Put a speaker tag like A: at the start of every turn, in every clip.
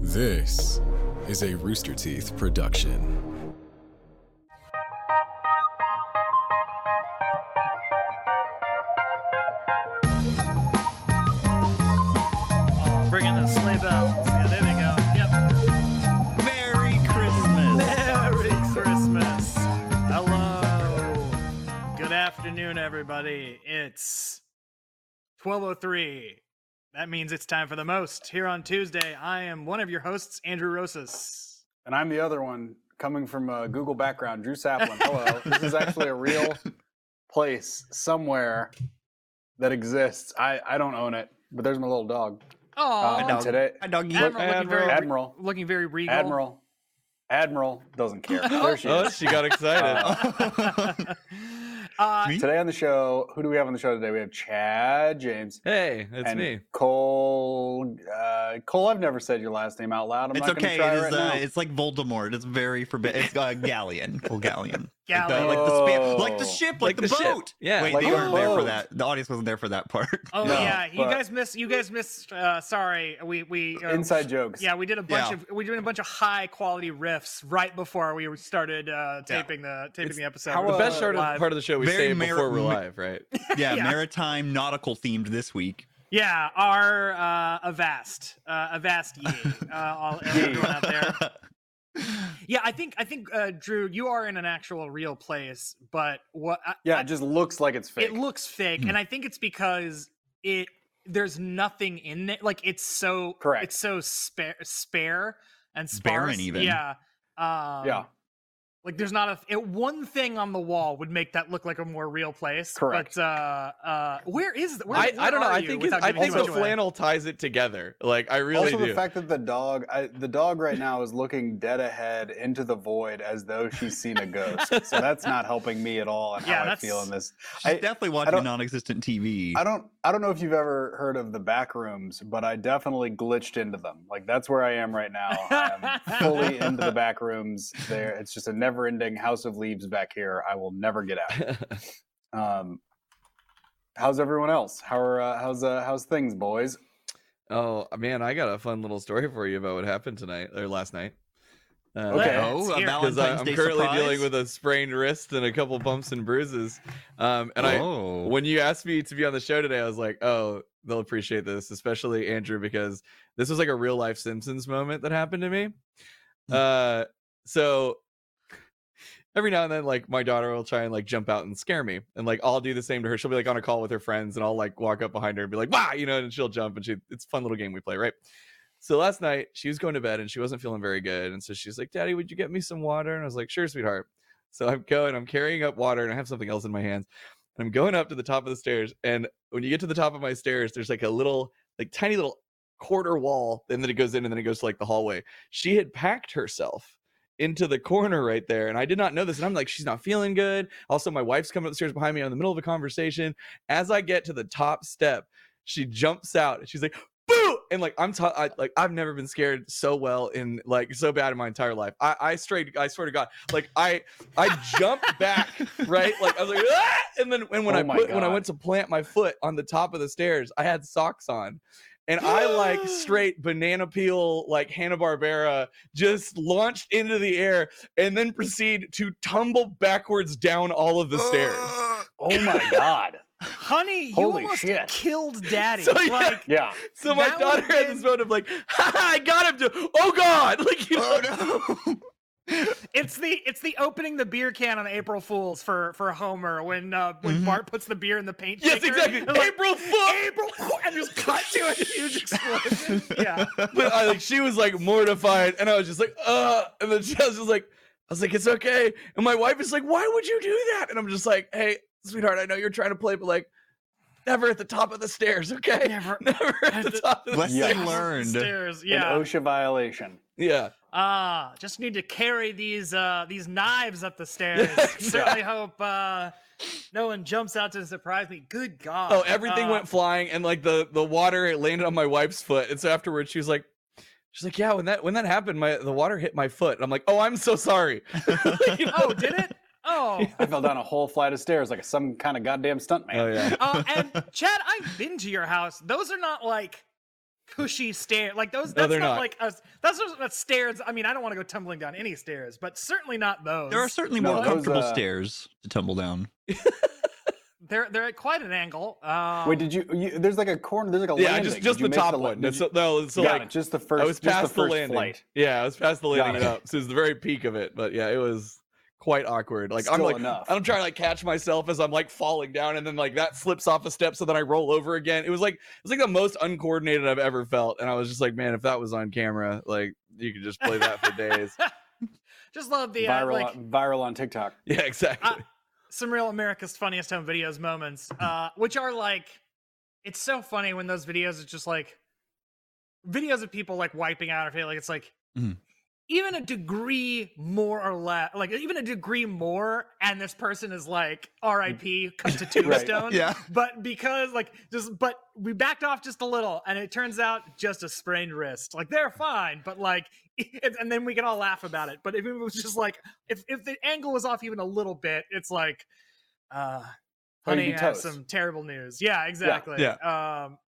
A: This is a Rooster Teeth production.
B: Oh, bring in the sleigh bells. Yeah, there we go. Yep. Merry Christmas. Merry Christmas. Hello. Good afternoon, everybody. It's 12.03. That means it's time for the most. Here on Tuesday, I am one of your hosts, Andrew Rosas.
C: and I'm the other one coming from a Google background, Drew Saplin. Hello, this is actually a real place somewhere that exists. I, I don't own it, but there's my little dog.
B: Oh,
C: and today,
D: My dog yeet.
B: Admiral, looking very,
C: Admiral.
B: looking very regal.
C: Admiral, Admiral doesn't care. There she
E: Oh,
C: is.
E: she got excited.
B: Uh,
C: Today on the show, who do we have on the show today? We have Chad James.
E: hey, it's
C: and
E: me.
C: Cole. Uh, Cole, I've never said your last name out loud. I'm
D: It's
C: not
D: okay.
C: Gonna try right
D: It is, uh,
C: now.
D: it's like Voldemort. It's very forbidden. It's uh, galleon. Full galleon. Like the,
B: Galleon.
D: like the span, like
C: Oh.
D: the ship, like,
E: Like
D: the,
E: the ship.
D: boat.
E: Yeah.
D: Wait,
C: Like
D: they
C: the
D: weren't there for
C: boat.
D: that. The audience wasn't there for that part.
B: oh,
C: No,
B: yeah. You
C: but-
B: guys missed, you guys missed, uh, sorry. We, we, uh,
C: Inside jokes.
B: Yeah, we did a bunch
D: Yeah.
B: of we did a bunch of high quality riffs right before we started uh,
D: Yeah.
B: taping the taping
D: It's-
B: the episode.
C: how,
B: We're
C: uh,
E: the best part
B: live.
E: of, part of the show we
D: Very
E: say
D: mer-
E: before we're
D: me-
E: live, right?
D: Yeah,
B: Yeah.
D: maritime nautical themed this week.
B: yeah, our uh, Avast, uh, Avast ye, uh, all everyone out there. Yeah, I think I think uh, Drew, you are in an actual real place, but what I,
C: Yeah, it just looks like it's fake.
B: it looks fake,
D: Hmm.
B: and I think it's because it there's nothing in it. Like it's so
C: Correct.
B: It's so spare, spare and sparse.
D: Barren even.
B: Yeah. Um,
C: Yeah.
B: Like there's not a it, one thing on the wall would make that look like a more real place.
C: Correct.
B: But uh, uh, where is the, where,
E: I, I
B: where
E: don't know.
B: are
E: I
B: you
E: think it's,
B: without
E: I
B: giving
E: think
B: too
E: the
B: much away?
E: flannel ties it together. Like I really
C: also,
E: do.
C: the fact that the dog, I, the dog right now is looking dead ahead into the void as though she's seen a ghost. so that's not helping me at all and
B: Yeah,
C: how I
B: that's-
C: feel in this. I-
D: She's definitely
C: I
D: watching
C: don't-
D: non-existent TV.
C: I don't, I don't know if you've ever heard of the back rooms, but I definitely glitched into them. Like that's where I am right now. I'm fully into the back rooms. There, it's just a never-ending house of leaves back here. I will never get out. Um, how's everyone else? How are uh, how's uh, how's things, boys?
E: oh man, I got a fun little story for you about what happened tonight or last night. Uh,
C: Okay.
D: Oh,
B: Let's
D: a
B: hear it.
E: 'cause
D: Valentine's
E: I- I'm
D: Day
E: currently
D: surprise?
E: dealing with a sprained wrist and a couple bumps and bruises. Um, and I
D: oh.
E: when you asked me to be on the show today, I was like, oh, they'll appreciate this, especially Andrew, because this was like a real life Simpsons moment that happened to me. Uh, so every now and then, like my daughter will try and like jump out and scare me, and like I'll do the same to her. She'll be like on a call with her friends, and I'll like walk up behind her and be like, wow, you know, and she'll jump, and she it's a fun little game we play, right? So last night she was going to bed and she wasn't feeling very good, and so she's like, "Daddy, would you get me some water?" And I was like, "Sure, sweetheart." So I'm going, I'm carrying up water, and I have something else in my hands. I'm going up to the top of the stairs, and when you get to the top of my stairs, there's like a little, like tiny little quarter wall, and then it goes in, and then it goes to like the hallway. She had packed herself into the corner right there, and I did not know this. And I'm like, she's not feeling good. Also, my wife's coming upstairs behind me. I'm in the middle of a conversation. As I get to the top step, she jumps out, and she's like. Boo! And like I'm ta- I, like I've never been scared so well in like so bad in my entire life. I I straight I swear to God, like I I jumped back right? Like I was like, "Ah!" and then and when
C: Oh
E: I
C: my
E: put, when I
C: God.
E: went to plant my foot on the top of the stairs, I had socks on, and I like straight banana peel like Hanna Barbera just launched into the air and then proceed to tumble backwards down all of the stairs.
C: Oh my god!
B: honey, you
C: Holy
B: almost
C: shit.
B: killed daddy.
E: So, yeah.
B: Like
C: Yeah.
E: So my
B: That would've
E: daughter had this
B: been-
E: moment of like, I got him to, oh god, like you know,
D: oh no.
B: it's the it's the opening the beer can on April Fools for for Homer when uh, when
C: Mm-hmm.
D: Mhm.
B: Bart puts the beer in the paint.
E: yes,
B: shaker,
E: exactly,
B: and like,
E: April Fool.
B: April and just cut to a huge explosion. yeah.
E: but I like she was like mortified, and I was just like, uh, and then she I was just like, I was like, it's okay. And my wife is like, why would you do that? And I'm just like, hey, sweetheart, I know you're trying to play, but like, never at the top of the stairs, okay?
B: Never
E: Never
B: at
E: at the
B: the-
E: top of the
D: Lesson
C: Yikes.
E: stairs.
D: learned.
B: Stairs.
C: An
B: Yeah.
C: OSHA violation.
E: Yeah.
B: Ah, just need to carry these uh these knives up the stairs. Certainly hope uh no one jumps out to surprise me. Good God.
E: Oh, everything
B: Uh,
E: went flying, and like the the water it landed on my wife's foot, and so afterwards she was like. She's like, yeah. When that when that happened, my the water hit my foot. And I'm like, oh, I'm so sorry. You know?
B: Oh, did it? Oh.
C: I fell down a whole flight of stairs like some kind of goddamn stuntman.
E: oh yeah.
B: Uh, and Chad, I've been to your house. Those are not like cushy stair. Like those.
E: No,
B: That's
E: they're
B: not,
E: not.
B: like a. That's not a stairs. I mean, I don't want to go tumbling down any stairs, but certainly not those.
D: There are certainly
C: No,
D: more
C: those,
D: comfortable
C: uh,
D: stairs to tumble down.
B: They're they're at quite an angle. Um,
C: Wait, did you, you? There's like a corner. There's like a
E: yeah,
C: landing.
E: just
C: Did
E: just
C: you
E: the
C: make
E: top
C: la-
E: one.
C: did
E: It's
C: you-
E: so, no, so
C: Got
E: like
C: it, just the first.
E: I was
C: just
E: past
C: the, first
E: landing.
C: flight.
E: Yeah, I was past the
C: Got
E: landing
C: it.
E: and up. So it was the very peak of it. But yeah, it was quite awkward. Like I'm
C: Still
E: like
C: enough.
E: I'm trying to like catch myself as I'm like falling down and then like that slips off a step so then I roll over again. It was like it was like the most uncoordinated I've ever felt. And I was just like, man, if that was on camera, like you could just play that for days.
B: just love the uh,
C: viral,
B: like
C: on, viral on TikTok.
E: Yeah, exactly.
C: Ah,
B: some real America's Funniest Home Videos moments, uh, which are like, it's so funny when those videos are just like videos of people like wiping out or failing. It's like
D: Mhm.
B: even a degree more or less, like even a degree more, and this person is like R.I.P. Cut to tombstone.
D: Yeah.
B: But because like just but we backed off just a little, and it turns out just a sprained wrist. Like they're fine, but like, if, and then we can all laugh about it. But if it was just like if if the angle was off even a little bit, it's like, uh,
C: Oh, you'd be
B: honey, I have
C: toast.
B: some terrible news. Yeah, exactly. Um,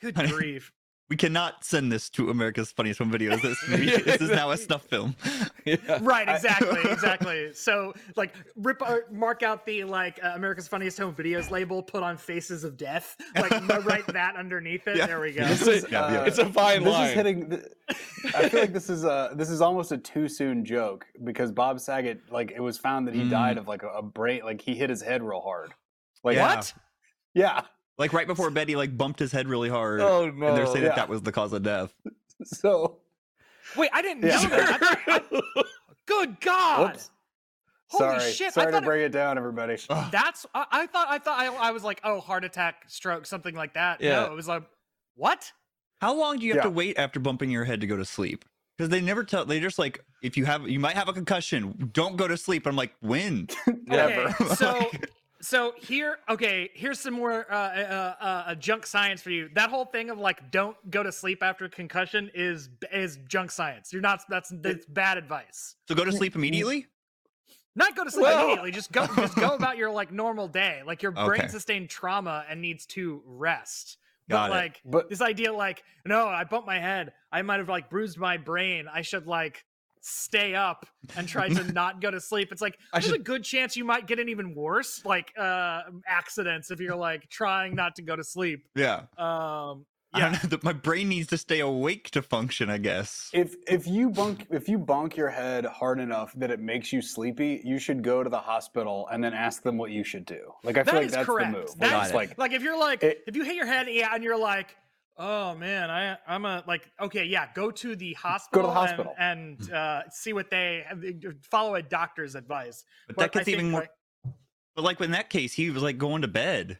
B: good
D: Honey.
B: grief.
D: We cannot send this to America's Funniest Home Videos. This, this is now a snuff film.
E: Yeah.
B: right
D: I-
B: exactly exactly so like rip or mark out the like uh, america's funniest home videos label put on faces of death like m- write that underneath it
D: Yeah.
B: there we go
E: It's
C: This
E: a-
C: is, uh,
E: it's a fine
C: this
E: line.
C: is hitting. th- I feel like this is a this is almost a too soon joke because Bob Saget like it was found that he
D: Mm.
C: died of like a, a brain like he hit his head real hard. Like
D: Yeah.
B: what
C: Yeah.
D: Like right before Betty like bumped his head really hard,
E: oh no.
D: and they're saying
C: yeah.
D: that that was the cause of death.
C: So
B: wait i didn't
C: Yeah.
B: know that I- good god
C: Whoops.
B: holy
C: sorry.
B: shit i
C: sorry to
B: thought it-
C: bring it down, everybody.
B: that's I, I thought i thought I, I was like oh heart attack stroke something like that
E: Yeah.
B: no it was like what
D: How long do you have to
C: Yeah.
D: wait after bumping your head to go to sleep? Because they never tell. They just like if you have you might have a concussion, don't go to sleep. I'm like when?
B: okay,
D: Never.
B: so so here okay here's some more uh, uh, uh, uh, junk science for you that whole thing of like don't go to sleep after concussion is is junk science you're not that's that's bad advice
D: So go to sleep immediately.
B: not go to sleep
E: Well-
B: immediately just go just go about your like normal day like your brain
D: Okay.
B: sustained trauma and needs to rest
D: Got
B: but
D: it.
B: like
C: But
B: this idea like no i bumped my head i might have like bruised my brain i should like stay up and try to not go to sleep it's like
E: I
B: there's a good chance you might get an even worse like uh accidents if you're like trying not to go to sleep
D: Yeah.
B: um
D: I
B: yeah
D: don't know, that my brain needs to stay awake to function. I guess.
C: if if you bunk if you bonk your head hard enough that it makes you sleepy, you should go to the hospital and then ask them what you should do. Like I
B: That
C: feel like
B: is
C: that's
B: correct.
C: the move.
B: That
C: Like,
D: is-
C: it's like
B: like if you're like
C: It-
B: if you hit your head yeah and you're like oh man i i'm a like okay yeah go to the hospital and-
C: hospital. Hmm.
B: and, uh see what they uh, follow a doctor's advice
D: But,
B: But
D: that
B: I
D: gets
B: think,
D: even more.
B: like-
D: But like in that case, he was like going to bed.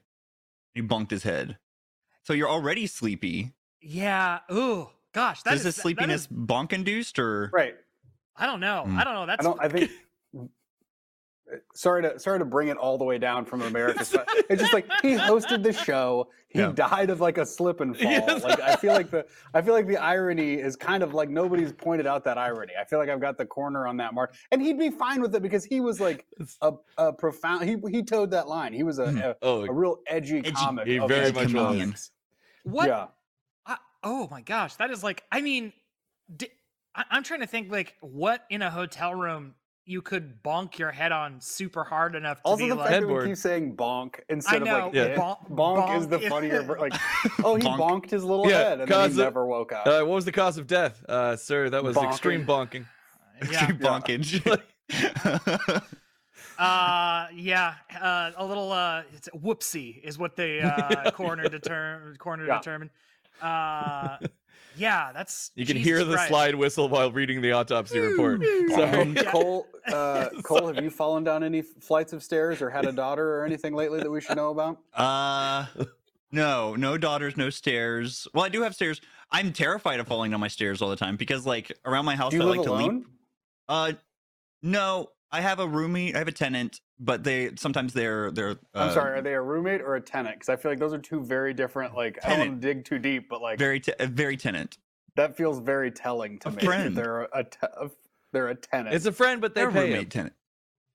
D: He bunked his head. So you're already sleepy.
B: yeah ooh gosh that
D: is this
B: that- that
D: sleepiness bonk induced or?
C: right.
B: I don't know.
D: Mm.
B: I don't know. That's
C: Hmm. I don't. I think. Sorry to sorry to bring it all the way down from America. So- it's just like he hosted the show. He
D: Yeah.
C: died of like a slip and fall.
E: Yes.
C: Like I feel like the I feel like the irony is kind of like nobody's pointed out that irony. I feel like I've got the corner on that mark, and he'd be fine with it because he was like a, a profound. He he towed that line. He was a
E: oh
C: a, a real edgy,
D: Edgy-
C: comic.
E: he
C: of
E: very
C: his
E: much was.
C: times.
B: what
C: Yeah.
B: I, oh my gosh, that is like I mean, di- I, I'm trying to think like what in a hotel room you could bonk your head on super hard enough to
C: Also,
B: be
C: the fact
B: like.
C: that we
E: Headboard.
C: keep saying bonk instead
B: know,
C: of like
E: Yeah.
C: eh,
B: bonk-
C: bonk, is the
B: bonk is-
C: funnier. ver- Like, oh, he
D: Bonk.
C: bonked his little
E: Yeah,
C: head, and then
E: cause
C: he
E: of-
C: never woke up.
E: uh, what was the cause of death? Uh, sir, that was extreme bonking.
B: yeah,
D: bonkage.
B: uh, yeah, uh, a little. Uh, it's whoopsie is what the uh, coroner determined. Coroner
C: Yeah.
B: determined. Uh, yeah, that's.
E: You can
B: Jesus
E: hear the
B: Christ.
E: slide whistle while reading the autopsy report. Sorry.
C: Um, Cole, uh, Cole, have you fallen down any flights of stairs or had a daughter or anything lately that we should know about?
D: Uh no, no daughters, no stairs. Well, I do have stairs. I'm terrified of falling down my stairs all the time because like around my house
C: Do you
D: I
C: live
D: like to leap.
C: alone?
D: Uh no, I have a roomie, I have a tenant, but they sometimes they're they're
C: I'm
D: uh,
C: sorry, are they a roommate or a tenant? Because I feel like those are two very different. Like, I don't want
D: Tenant.
C: to dig too deep, but like
D: very te- uh, very tenant.
C: that feels very telling to
D: A
C: me. That
D: friend.
C: they're a te- a- they're a tenant.
E: It's a friend, but they
D: They're a
E: pay
D: roommate
E: him.
D: tenant.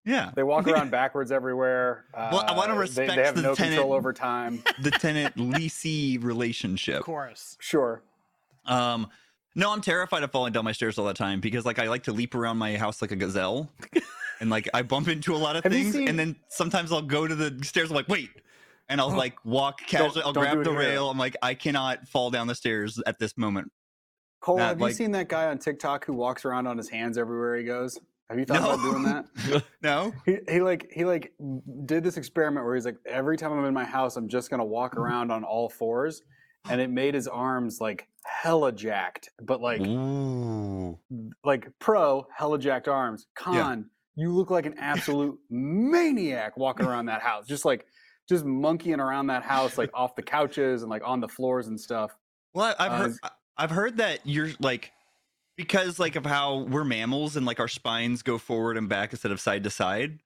D: Yeah.
C: they walk around backwards everywhere. Uh,
D: Well, I wanna
C: they- They,
D: respect
C: have
D: the
C: no
D: tenant.
C: control over time.
D: The tenant leasee
B: Of
D: relationship.
B: course.
C: Sure.
D: Um, no, I'm terrified of falling down my stairs all the time because like I like to leap around my house like a gazelle, and like I bump into a lot of
C: Have you
D: things,
C: seen-
D: and then sometimes I'll go to the stairs. I'm like, wait, and I'll like walk casually. I'll
C: Oh. don't do
D: grab
C: it
D: the
C: here.
D: rail. I'm like, I cannot fall down the stairs at this moment.
C: Cole,
D: Not
C: have
D: like-
C: you seen that guy on TikTok who walks around on his hands everywhere he goes? Have you thought
D: No.
C: about doing that?
D: No,
C: He, he like he like did this experiment where he's like every time I'm in my house I'm just gonna walk around on all fours, and it made his arms like hella jacked, but like
D: Ooh.
C: like pro hella jacked arms. Con, you look like an absolute maniac walking around that house, just like just monkeying around that house, like off the couches and like on the floors and stuff.
D: Well, I- I've
C: Uh,
D: heard I- I've heard that you're like because like of how we're mammals and like our spines go forward and back instead of side to side.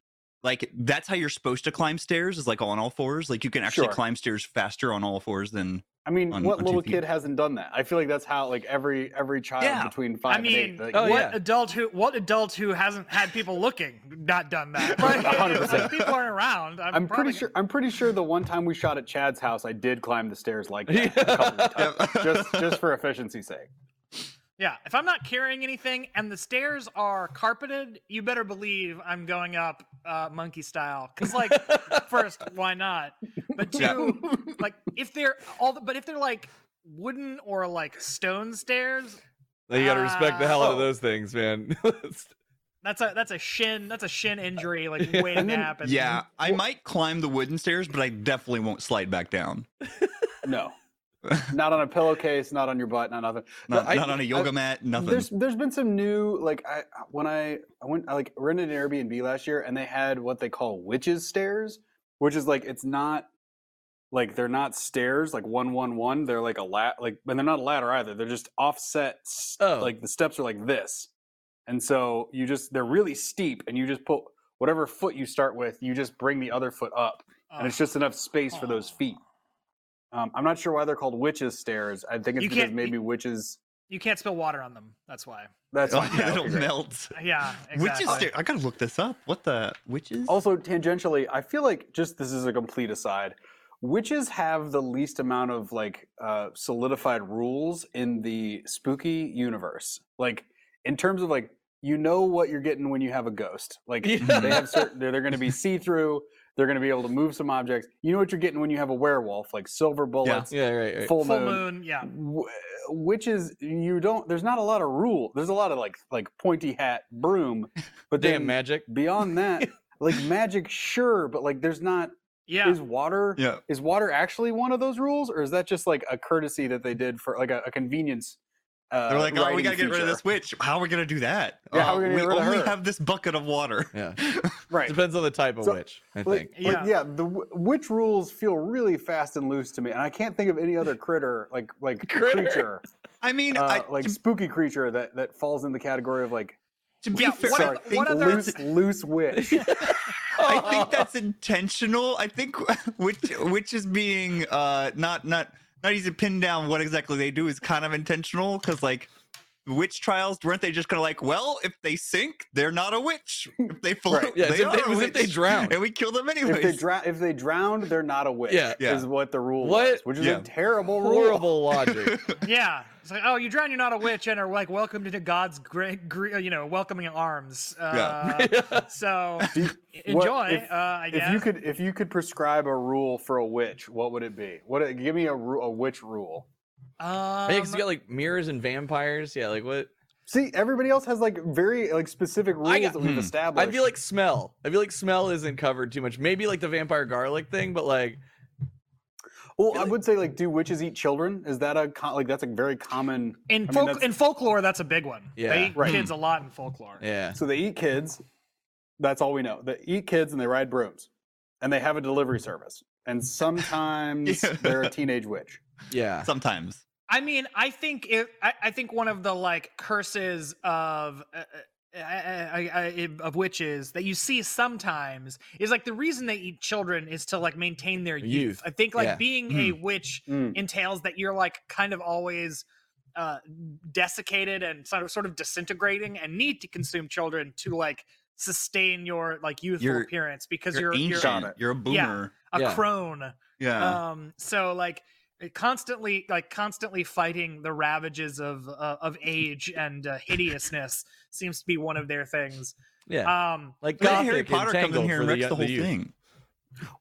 D: Like that's how you're supposed to climb stairs is like on all fours. Like you can actually
C: Sure.
D: climb stairs faster on all fours than
C: I mean,
D: On-
C: what
D: on two
C: little
D: feet.
C: kid hasn't done that? I feel like that's how like every every child
D: Yeah.
C: between five
B: I mean,
C: and eight. Like,
E: Oh,
B: what
E: yeah.
B: adult who what adult who hasn't had people looking not done that? Like,
C: 100%.
B: like, people aren't around. I'm,
C: I'm
B: probably
C: pretty sure. I'm pretty sure the one time we shot at Chad's house, I did climb the stairs like that. a couple of times,
D: Yep.
C: just just for efficiency's sake.
B: Yeah, if I'm not carrying anything and the stairs are carpeted, you better believe I'm going up uh, monkey style. Because like, first, why not? But
D: Yeah.
B: two, like if they're all, the, but if they're like wooden or like stone stairs,
E: Like, you gotta respect the hell out of
D: Uh,
C: Oh.
E: those things, man.
B: that's a that's a shin that's a shin injury like
E: Yeah.
B: waiting
C: And
B: to
C: then-
B: happen.
D: Yeah, I might climb the wooden stairs, but I definitely won't slide back down.
C: No, not on a pillowcase, not on your butt, not nothing.
D: Not,
E: I-
D: not on a yoga mat, nothing.
C: There's there's been some new like I when I I went I like rented an Airbnb last year and they had what they call witches stairs, which is like it's not like they're not stairs like one one one. They're like a lat like and they're not a ladder either. They're just offset. s-
E: Oh.
C: Like the steps are like this, and so you just they're really steep and you just put whatever foot you start with, you just bring the other foot up,
B: Ugh.
C: and it's just enough space for those feet.
B: Oh.
C: Um, I'm not sure why they're called witches stairs. I think it's
B: You
C: because
B: can't-
C: maybe witches.
B: you can't spill water on them. That's why.
C: That's
D: oh,
C: fine.
D: yeah,
C: Yeah,
D: it'll
C: okay, great.
D: melt.
B: Yeah,
D: Witches
B: exactly.
D: stair- I gotta look this up. What the witches?
C: Also, tangentially, I feel like just this is a complete aside. Witches have the least amount of like uh, solidified rules in the spooky universe. Like in terms of like you know what you're getting when you have a ghost. Like
E: Yeah.
C: they have certain they're, they're going to be see through. They're going to be able to move some objects. You know what you're getting when you have a werewolf, like silver bullets,
E: yeah, Eh, right, right.
C: full,
B: Full
C: moon.
B: moon. Yeah.
C: W- witches, you don't. There's not a lot of rule. There's a lot of like like pointy hat broom, but
E: Damn
C: then
E: magic.
C: beyond that like magic sure but like there's not
B: Yeah.
C: is water
D: yeah.
C: is water actually one of those rules or is that just like a courtesy that they did for like a, a convenience uh,
D: They're like, oh, we
C: writing
D: gotta get rid of this
C: feature?"
D: witch. How are we gonna do that?
C: Yeah, how
D: Uh,
C: we gonna
D: we
C: get rid of
D: only
C: her?"
D: have this bucket of water.
E: Yeah.
C: right
E: Depends on the type of
C: So,
E: witch, I
C: like,
E: think.
C: yeah.
B: Yeah.
C: Like, yeah the w- witch rules feel really fast and loose to me and i can't think of any other critter like like
E: Critter.
C: creature
D: I mean,
C: uh,
D: I,
C: like
D: to,
C: spooky creature that that falls in the category of like
D: to be
B: Yeah,
D: fair,
B: what
D: I
B: oth-
D: think-
B: what other-
C: loose loose witch
D: I think that's intentional. I think which which is being uh not not not easy to pin down what exactly they do is kind of intentional because like witch trials weren't they just kind of like well if they sink they're not a witch if they float
C: Right.
E: Yeah,
D: they
E: it's if
D: are
E: they-
D: a
E: it was
D: witch
E: if they drowned.
D: and we kill them
C: if they
D: anyways.
C: drown if they drowned they're not a witch
E: Yeah.
D: Yeah.
C: is what the rule
E: What?
C: was which is
D: Yeah.
C: a terrible rule
E: Horrible logic.
B: Yeah, it's like, oh, you drown, you're not a witch, and are like welcomed into God's great, gre- you know, welcoming arms. Uh, So enjoy,
C: What- if-
B: uh, I guess.
C: If you could, if you could prescribe a rule for a witch, what would it be? What? Give me a, ru- a witch rule.
B: um,
E: Yeah, 'cause you got like mirrors and vampires. Yeah, like what?
C: See, everybody else has like very like specific rules
E: got-
C: that we've
D: hmm.
C: established.
E: I feel like smell. I feel like smell isn't covered too much. Maybe like the vampire garlic thing, but like
C: Well, I would say like, do witches eat children? Is that a con- like that's a very common?
B: in
C: I mean,
B: folk,
C: that's-
B: in folklore, that's a big one.
E: Yeah.
B: they eat
C: Right.
B: kids a lot in folklore.
E: yeah.
C: So they eat kids. That's all we know. They eat kids and they ride brooms, and they have a delivery service. And sometimes
D: Yeah.
C: they're a teenage witch.
E: Yeah.
D: Sometimes
B: I mean, I think if I, I think one of the like curses of. Uh, uh, I, I, I, of witches that you see sometimes is like the reason they eat children is to like maintain their youth.
E: Youth,
B: I think like
E: yeah.
B: being a witch
C: Mm.
B: entails that you're like kind of always uh, desiccated and sort of, sort of disintegrating and need to consume children to like sustain your like youthful
D: You're-
B: appearance because
D: you're,
B: you're, you're,
D: ancient. You're, a boomer.
B: a
C: Uh-huh.
E: Yeah.
B: crone.
D: Yeah.
B: Um, so like constantly like constantly fighting the ravages of uh, of age and uh, hideousness seems to be one of their things.
E: Yeah,
B: Um,
E: Uh, like
D: Then
E: Gothic
D: Harry Potter comes in
E: Entangled
D: here and
E: for
D: wrecks the,
E: the,
D: whole
E: youth.
D: thing.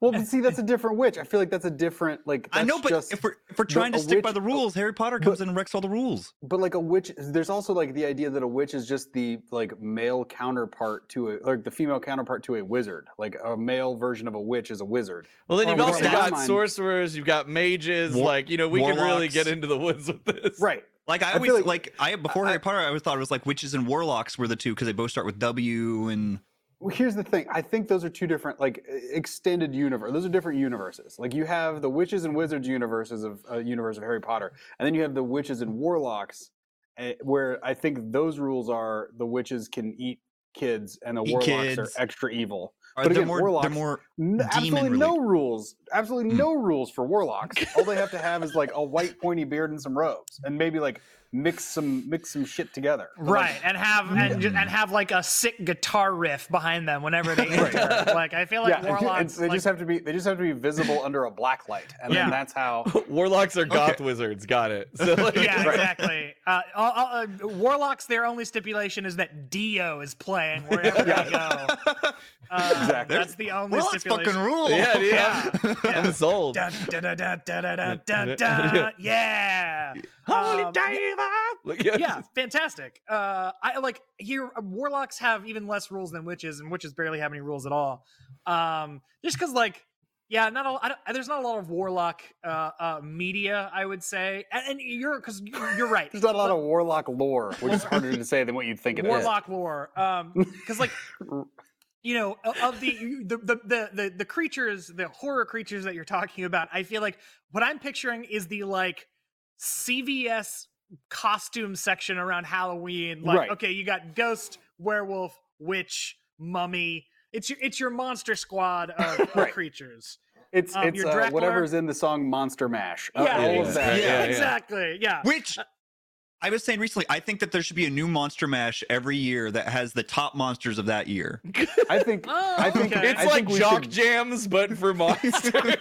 C: Well, but see, that's a different witch. I feel like that's a different like.
D: I
C: that's
D: know, but
C: just-
D: if we're if we're
C: the-
D: trying
C: a
D: to stick by
C: witch-
D: the rules, Harry Potter
C: but-
D: comes in and wrecks all the rules.
C: But like a witch, there's also like the idea that a witch is just the like male counterpart to a like the female counterpart to a wizard. Like a male version of a witch is a wizard.
E: Well, then
C: Or
E: you've
C: with
E: also
C: that
E: got
C: mind-
E: sorcerers, you've got mages.
D: War-
E: like you know, we can really
D: warlocks.
E: get into the woods with this.
C: Right.
D: Like I
C: feel
D: always like,
C: like-
D: I before
C: I-
D: Harry Potter, I always thought it was like witches and warlocks were the two because they both start with W and
C: Well, here's the thing. I think those are two different like e- extended universe. Those are different universes. Like you have the witches and wizards universes of uh, universe of Harry Potter, and then you have the witches and warlocks, eh, where I think those rules are the witches can eat kids and the
D: Eat
C: warlocks
D: kids.
C: are extra evil.
D: are
C: But
D: they're
C: again,
D: more
C: warlocks-
D: they're more
C: N- absolutely
D: Demon
C: no rules. Absolutely
B: Mm.
D: Hmm.
C: no rules for warlocks. All they have to have is like a white pointy beard and some robes, and maybe like mix some mix some shit together. But, like,
B: right and have and, ju-
D: Mm.
B: and have like a sick guitar riff behind them whenever they
E: Right.
B: enter. like I feel like
C: yeah, and- and
B: warlocks
C: they
B: like,
C: just have to be they just have to be visible under a black light, and
B: Yeah.
C: then that's how.
E: Warlocks are goth wizards. Got it. So like,
B: yeah,
C: Right.
B: exactly. Uh, all, all, uh, warlocks, their only stipulation is that Dio is playing wherever they go. Uh,
C: Exactly.
B: That's the only
D: warlocks
B: stipulation.
D: fucking rule.
C: Oh,
E: yeah, dude,
B: Yeah,
E: I'm-
B: yeah.
E: I'm sold.
B: Dun, dun, dun, dun, dun, dun, dun, dun, dun. Yeah.
E: Holy
B: Um,
E: diver! Like, yeah,
B: yeah, fantastic. Uh, I like here. uh, Warlocks have even less rules than witches, and witches barely have any rules at all. Um, just because, like, yeah, not a, I don't, there's not a lot of warlock uh, uh, media, I would say. And, and you're because you're right.
C: There's not a lot of warlock lore, which is harder to say than what you think it is.
B: warlock lore. Um, because like you know o- of the you- the, the the the the creatures the horror creatures that you're talking about i feel like what i'm picturing is the like cvs costume section around halloween like
C: Right.
B: okay you got ghost werewolf witch mummy it's your it's your monster squad of, of
C: Right.
B: creatures
C: It's
B: Um,
C: it's
B: your
C: uh,
B: Dracula-
C: whatever's in the song Monster Mash. Uh,
B: Yeah,
C: all of that.
E: exactly. Yeah, yeah.
B: exactly yeah
D: Which I was saying recently, I think that there should be a new Monster Mash every year that has the top monsters of that year.
C: I think
B: Oh,
C: I think
B: okay.
E: It's
C: I
E: like
C: think we
E: jock
C: should-
E: jams, but for monsters.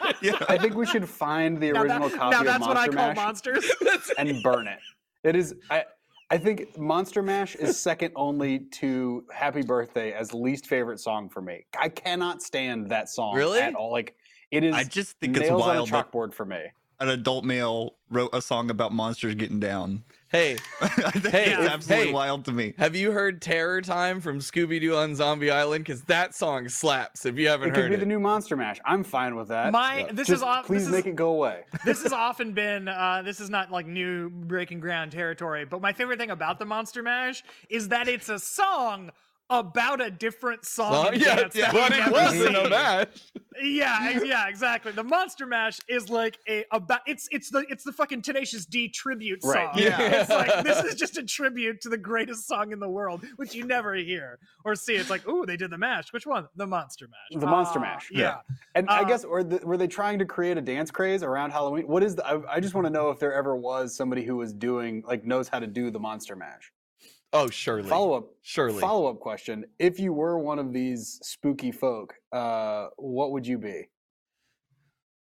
D: yeah.
C: I think we should find the
B: now, that-
C: original
B: now
C: copy of
B: that's what i
C: Monster
B: call
C: Mash
B: monsters
C: and burn it. It is I I think Monster Mash is second only to Happy Birthday as least favorite song for me. I cannot stand that song
E: Really?
C: at all. Like it is
D: I just think it's
C: nails
D: wild
C: on a
D: that
C: chalkboard for me.
D: an adult male wrote a song about monsters getting down.
E: hey,
D: I think
E: Hey,
D: it's
E: if-
D: absolutely
E: hey.
D: wild to me.
C: uh,
E: have you heard Terror Time from Scooby Doo on Zombie Island? Because that song slaps. If you haven't
C: It could
E: heard
C: be
E: it,
C: the new Monster Mash. I'm fine with that.
B: My- this is
C: Just
B: off-
C: Please
B: this is-
C: make it go away.
B: this has often been uh, this is not like new breaking ground territory but my favorite thing about the monster mash is that it's a song about a different song
E: Well,
B: and
E: yeah,
B: dance
E: yeah,
B: that
E: but
B: we've
E: it
B: never
E: wasn't a
B: seen.
E: match.
B: yeah ex- yeah exactly the monster mash is like a about it's it's the it's the fucking tenacious d tribute song
C: Right,
E: yeah.
B: it's like this is just a tribute to the greatest song in the world which you never hear or see it's like ooh they did the mash which one the monster mash
C: The Monster
B: Ah,
C: Mash,
B: yeah.
D: yeah.
C: And
B: Uh,
C: I guess, or the, were they trying to create a dance craze around Halloween? What is the? I, I just want to know if there ever was somebody who was doing like knows how to do the Monster Mash.
E: Oh, surely.
C: Follow up,
E: Surely.
C: follow up question: If you were one of these spooky folk, uh, what would you be?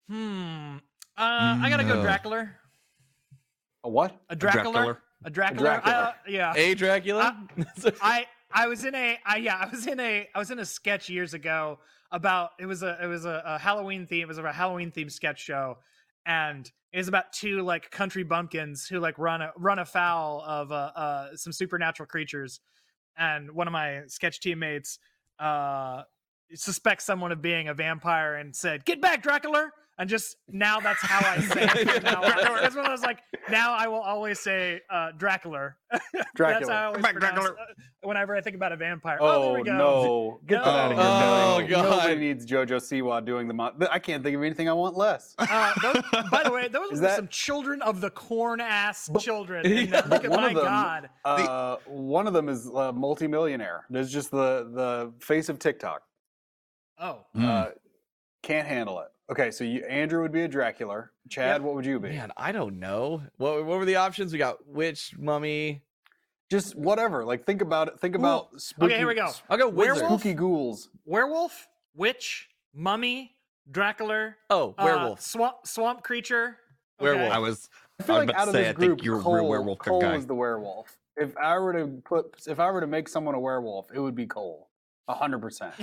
B: hmm uh, i gotta go
E: Mm.
B: dracula
C: A what?
B: A
D: Dracula?
B: Dracula. A Dracula. I,
C: Dracula.
B: uh, yeah.
E: a
C: Uh,
E: Dracula.
B: Uh, I I was in a I yeah, I was in a I was in a sketch years ago about it was a it was a, a Halloween theme, it was a Halloween themed sketch show and it was about two like country bumpkins who like run a, run afoul of uh, uh some supernatural creatures and one of my sketch teammates uh suspects someone of being a vampire and said, "Get back, Dracula." And just now, that's how I say. It from now on. That's when I was like, now I will always say uh, Dracula. That's
C: Dracula.
B: how I always
D: Come back,
B: pronounce
D: Dracula.
B: uh, whenever I think about a vampire. Oh, there
C: Oh
B: we go.
C: no! Get that out of
E: No.
C: here!
E: Oh,
C: Nobody-
E: God.
C: Nobody needs JoJo Siwa doing the. Mon- I can't think of anything I want less.
B: Uh, those, by the way, those
C: Is
B: were
C: that-
B: some children of the corn ass children.
E: Yeah.
B: in that-
C: But
B: because
C: one
B: my
C: of them-
B: God.
C: Uh, one of them is a multimillionaire. There's just the the face of TikTok.
B: Oh,
E: Hmm.
D: Hmm.
C: Uh, can't handle it. Okay, so you, Andrew would be a Dracula. Chad, what would you be?
E: Man, I don't know. What, what were the options? We got witch, mummy.
C: Just whatever. Like think about it. Think about spooky.
B: okay, here we go.
E: I'll go wizard.
B: Werewolf?
C: Spooky ghouls.
B: Werewolf, witch, mummy, Dracula,
E: Oh,
B: uh,
E: werewolf.
B: swamp swamp creature.
E: Werewolf.
D: I was.
C: I feel
D: I was
C: like
D: about
C: out
D: to
C: of
D: say,
C: this
D: I think
C: group,
D: you're a real
C: Cole,
D: werewolf
C: Cole
D: guy.
C: is the werewolf. If I were to put, if I were to make someone a werewolf, it would be Cole, hundred percent.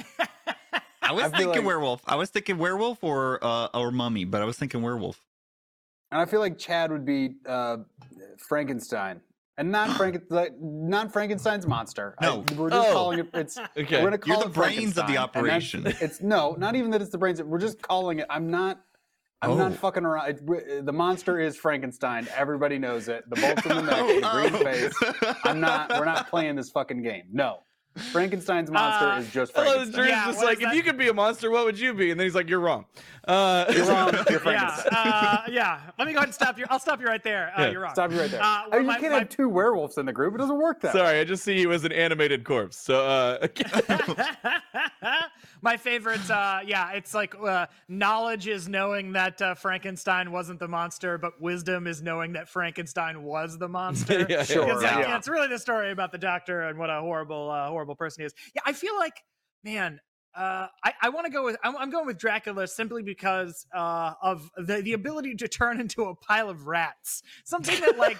D: I was
C: I feel
D: thinking
C: like-
D: werewolf. I was thinking werewolf or uh, or mummy, but I was thinking werewolf.
C: And I feel like Chad would be uh, Frankenstein, and not Franken, like, not Frankenstein's monster. I-
D: No.
C: we're just
E: Oh.
C: calling it. It's
E: Okay.
C: we're gonna call
D: You're the
C: it
D: brains of the
C: Frankenstein, and that's-
D: operation.
C: It's no, not even that it's the brains. We're just calling it. I'm not. I'm
D: Oh.
C: not fucking around. It, w- the monster is Frankenstein. Everybody knows it. The bolts in the neck, the green
D: Oh.
C: face. I'm not. We're not playing this fucking game. No, Frankenstein's monster
B: Uh,
C: is just
E: I love that
C: Frankenstein.
E: Drew's
B: Yeah,
E: just
B: what
E: like,
B: is
E: if
B: that?
E: you could be a monster, what would you be? And then he's like, you're wrong. Uh,
C: You're wrong. You're
B: yeah,
C: Frankenstein.
B: uh, yeah. Let me go ahead and stop you. I'll stop you right there. Uh,
E: Yeah.
B: You're wrong.
C: Stop you right there.
B: Uh,
C: I mean,
B: my-
C: you can't
B: my-
C: have two werewolves in the group. It doesn't work that. way.
E: Sorry, I just see you as an animated corpse. So, uh,
B: My favorite, uh, yeah, it's like uh, knowledge is knowing that uh, Frankenstein wasn't the monster, but wisdom is knowing that Frankenstein was the monster.
E: yeah,
C: Sure.
B: Because, like,
C: Yeah.
B: yeah, it's really the story about the doctor and what a horrible, uh, horrible person he is. Yeah, I feel like, man, uh, I, I want to go with I'm, I'm going with Dracula simply because uh, of the the ability to turn into a pile of rats. Something that like.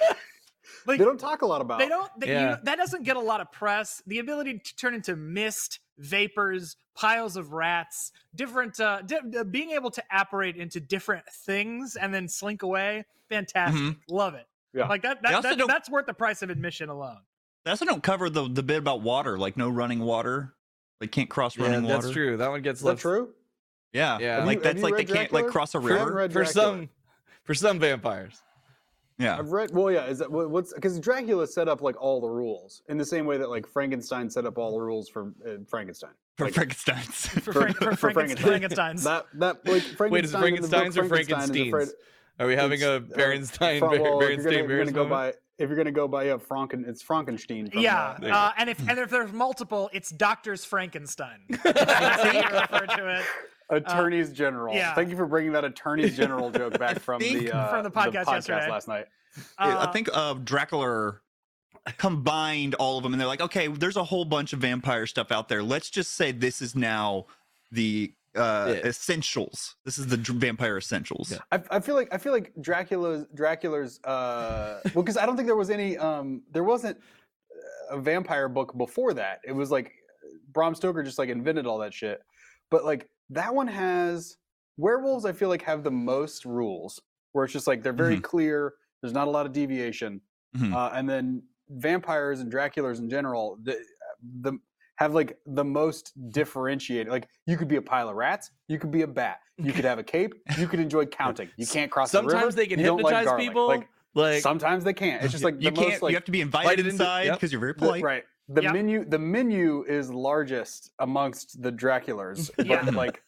B: Like,
C: They don't talk a lot about.
B: they don't. That,
E: Yeah.
B: you, that doesn't get a lot of press. The ability to turn into mist, vapors, piles of rats, different. Uh, di- uh, being able to apparate into different things and then slink away. Fantastic. Love it.
C: Yeah.
B: Like that.
D: They
B: that,
D: also
B: that
D: don't-
B: that's worth the price of admission alone.
D: They also don't cover the the bit about water, like no running water. Like can't cross
E: yeah,
D: running water.
E: that's true. That one gets
C: Is that
E: left
C: true?
D: Yeah,
E: Yeah. Have
D: Uh, like
C: you- have
D: that's
C: you
D: like they
C: read
D: can't
C: Dracula?
D: like cross a
C: Sure, I haven't
D: river.
C: read
E: for
C: Dracula.
E: some for some vampires.
D: yeah,
C: I've read. Well, yeah. Is that what- what's because Dracula set up like all the rules in the same way that like Frankenstein set up all the rules for uh, Frankenstein.
D: for
C: like-
D: Frankenstein's.
B: For,
C: For-
B: Frank, for,
C: for
B: Franken-
C: Frankenstein.
B: Frankenstein's.
C: That that like Frankenstein.
E: Wait, is it
C: in the book
E: Frankenstein's or
C: Frankenstein is afraid-
E: Frankenstein's? Are we having a
C: it's, uh,
E: Berenstein
C: Fra-
E: Ber-
C: well, if you're gonna-
E: Berenstain
C: if you're
E: Bears
C: gonna go
E: moment?
C: by if you're gonna go by a Franken, it's Frankenstein. From
B: Yeah,
C: the-
B: uh, and if and if there's multiple, it's Doctor's Frankenstein. That's how you refer to it.
C: attorneys general.
B: yeah.
C: Thank you for bringing that attorneys general joke back from
D: think-
C: the uh,
B: From the podcast yesterday.
C: last night.
D: Yeah,
B: Uh,
D: I think uh, Dracula combined all of them, and they're like, okay, there's a whole bunch of vampire stuff out there. Let's just say this is now the uh,
E: It.
D: essentials. This is the dr- vampire essentials.
E: Yeah.
C: I, I feel like I feel like Dracula's Dracula's uh well because I don't think there was any um there wasn't a vampire book before that. It was like Bram Stoker just like invented all that shit. But like that one has werewolves I feel like have the most rules where it's just like they're
E: Mm-hmm.
C: very clear, there's not a lot of deviation.
D: Mhm.
C: Uh, and then vampires and Draculas in general, the, the have like the most differentiated. Like you could be a pile of rats, you could be a bat, you could have a cape, you could enjoy counting. You can't cross. the river,
E: Sometimes they can
C: you don't like
E: hypnotize
C: garlic.
E: people.
C: Like,
E: Like,
C: sometimes they can't. It's just like
D: you
C: the
D: can't.
C: most like
D: you have to be
E: Lighted
D: invited
E: into-
D: inside
E: yep.
D: because you're very
C: the-
D: polite.
C: right. The
B: Yep.
C: menu the menu is largest amongst the Draculas, but
B: Yeah.
C: like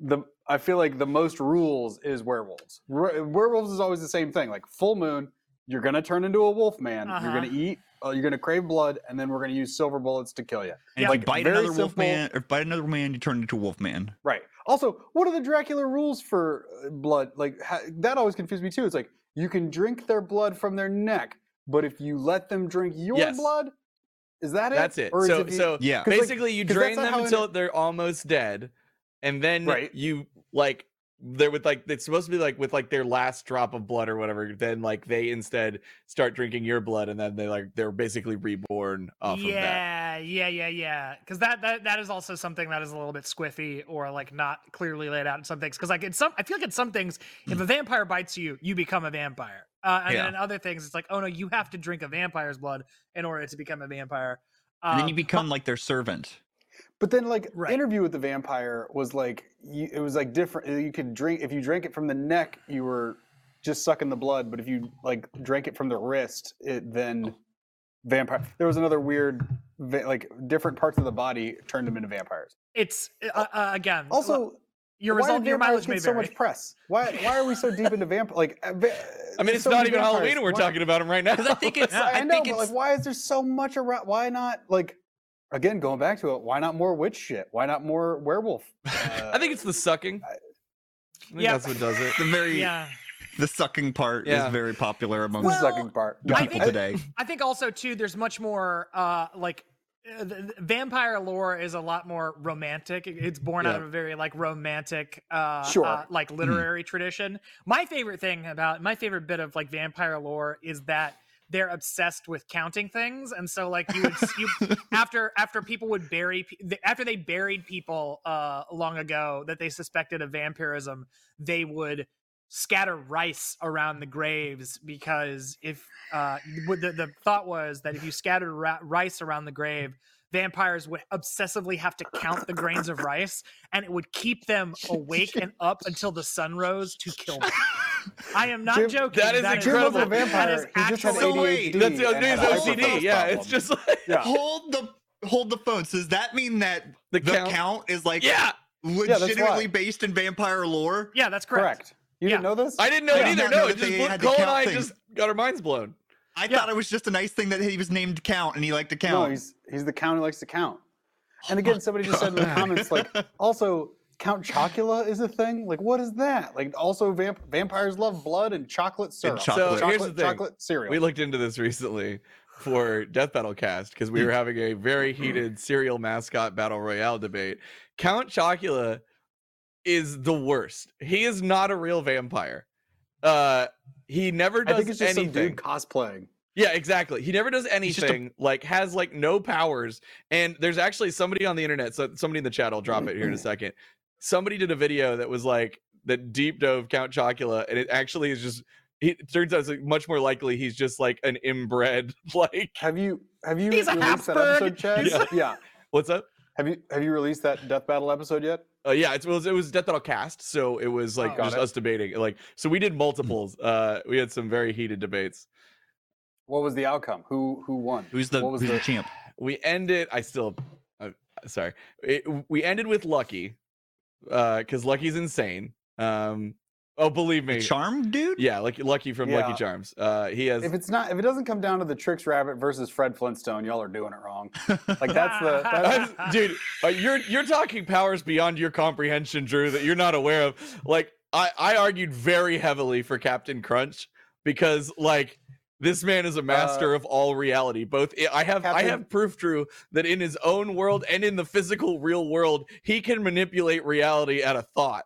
C: the I feel like the most rules is werewolves. Re- werewolves is always the same thing. Like full moon, you're gonna turn into a wolf man. You're
B: Uh-huh.
C: gonna eat. Uh, you're gonna crave blood, and then we're gonna use silver bullets to kill you.
D: And
B: Yeah.
D: if
C: like,
D: you bite
C: very
D: another wolf
C: simple-
D: man, or if bite another man, you turn into a wolf man.
C: Right. Also, what are the Dracula rules for uh, blood? Like ha- that always confused me too. It's like you can drink their blood from their neck, but if you let them drink your
E: Yes.
C: blood, is that it?
E: that's it.
C: is
E: So
C: if you-
E: so
D: Yeah,
C: 'Cause, like,
E: basically you
C: 'cause that's
E: drain
C: not
E: them
C: how it-
E: until they're almost dead, and then
C: Right.
E: you like they're with like it's supposed to be like with like their last drop of blood or whatever. Then like they instead start drinking your blood, and then they like they're basically reborn off of that.
B: yeah, yeah, yeah, yeah. Because that, that that is also something that is a little bit squiffy or like not clearly laid out in some things. Because like in some, I feel like in some things, if a vampire bites you, you become a vampire. Uh, and
D: Yeah.
B: then in other things, it's like, oh no, you have to drink a vampire's blood in order to become a vampire.
D: and then
C: Uh,
B: Um,
D: you become like their servant.
C: But then, like
B: Right.
C: interview with the vampire was like you, it was like different. You could drink if you drank it from the neck, you were just sucking the blood. But if you like drank it from the wrist, it
B: Oh.
C: then vampire. There was another weird, va- like different parts of the body turned them into vampires.
B: it's uh, uh, again l-
C: Also,
B: your
C: why do
B: result, your
C: vampires
B: mileage may
C: get so
B: vary.
C: much press? Why why are we so deep into vampire? Like, uh, va-
E: I mean,
C: there's
E: it's
C: so
E: not
C: many
E: even
C: vampires.
E: Halloween, and we're
C: Why-
E: talking about them right now.
D: Because I think it's.
C: I, I know,
D: think
C: but
D: it's.
C: like, why is there so much around? Why not like? Again, going back to it, why not more witch shit? Why not more werewolf? Uh,
E: I think it's the sucking. I think
B: Yeah.
E: that's what does it.
D: the very
B: yeah.
D: the sucking part
E: Yeah.
D: is very popular among
B: Well,
C: the sucking part.
D: the
B: I
D: people
B: think-
D: today.
B: I think also too, there's much more uh like uh, the, the vampire lore is a lot more romantic. It- It's born out of
E: Yeah.
B: a very like romantic, uh,
C: Sure.
B: uh, like literary tradition. My favorite thing about my favorite bit of like vampire lore is that they're obsessed with counting things, and so like you would you, after after people would bury pe- th- after they buried people uh, long ago that they suspected of vampirism, they would scatter rice around the graves because if uh, what the, the thought was that if you scattered ra- rice around the grave, vampires would obsessively have to count the grains of rice, and it would keep them awake and up until the sun rose to kill them. I am not
C: Jim-
B: joking.
E: That is
C: Jim was a
B: That
E: incredible.
C: vampire.
B: is
C: he just had
D: actually- So
C: ADHD.
D: wait,
E: That's the
C: and had a
E: OCD.
C: Hashimoto's
E: Yeah,
C: problem.
E: it's just like
C: yeah.
D: Hold the hold the phones. Does that mean that
E: the
D: the count,
E: count.
D: is like
E: Yeah,
C: that's
D: legitimately
C: why.
D: based in vampire lore?
B: yeah, that's correct.
C: Correct. You didn't
B: Yeah.
C: know this?
E: I didn't know
D: I
E: it
D: did
E: either.
D: not
E: No,
D: know
E: it
D: that they
E: just
D: had to
E: Cole and
D: count
E: I
D: things.
E: just got our minds blown.
D: I
B: Yeah.
D: thought it was just a nice thing that he was named Count and he liked to count.
C: No, he's he's the count who likes to count. And again, somebody just said in the comments, like, also Count Chocula is a thing. Like, what is that? Like, also vamp- vampires love blood and chocolate syrup.
D: chocolate.
E: So
C: chocolate,
E: here's the thing.
C: chocolate cereal.
E: We looked into this recently for Death Battle Cast because we were having a very heated serial mascot battle royale debate. Count Chocula is the worst. He is not a real vampire. Uh, he never
C: I
E: does
C: think it's just some
E: anything.
C: dude cosplaying.
E: Yeah, exactly. He never does
D: He's just a-
E: anything. Like has like no powers. And there's actually somebody on the internet. So somebody in the chat. I'll drop it here in a second. Somebody did a video that was like that deep dove Count Chocula, and it actually is just. He, it turns out it's like, much more likely he's just like an inbred. Like
C: Have you have you
B: He's a
C: released that
B: Habsburg.
C: episode, Chad?
E: He's-
C: Yeah.
E: what's up?
C: Have you have you released that death battle episode yet?
E: Uh, yeah, it was it was Death Battle cast, so it was like
B: Oh.
E: just
C: Got it.
E: us debating. Like so, we did multiples. Uh, we had some very heated debates.
C: What was the outcome? Who who won?
D: who's the
C: what was
D: who's the
C: the-
D: champ?
E: we ended i still uh, sorry it, we ended with lucky uh because lucky's insane um oh believe
D: The
E: me
D: charm dude?
E: yeah like lucky from lucky
C: Yeah.
E: charms uh he has
C: If it's not if it doesn't come down to the Tricks Rabbit versus Fred Flintstone, y'all are doing it wrong. Like that's the that's,
E: I'm- dude uh, you're you're talking powers beyond your comprehension drew that you're not aware of like i i argued very heavily for captain crunch because like this man is a master of all reality. Both i- I have I
C: Uh, Captain-
E: have proof, Drew, that in his own world and in the physical real world, he can manipulate reality at a thought.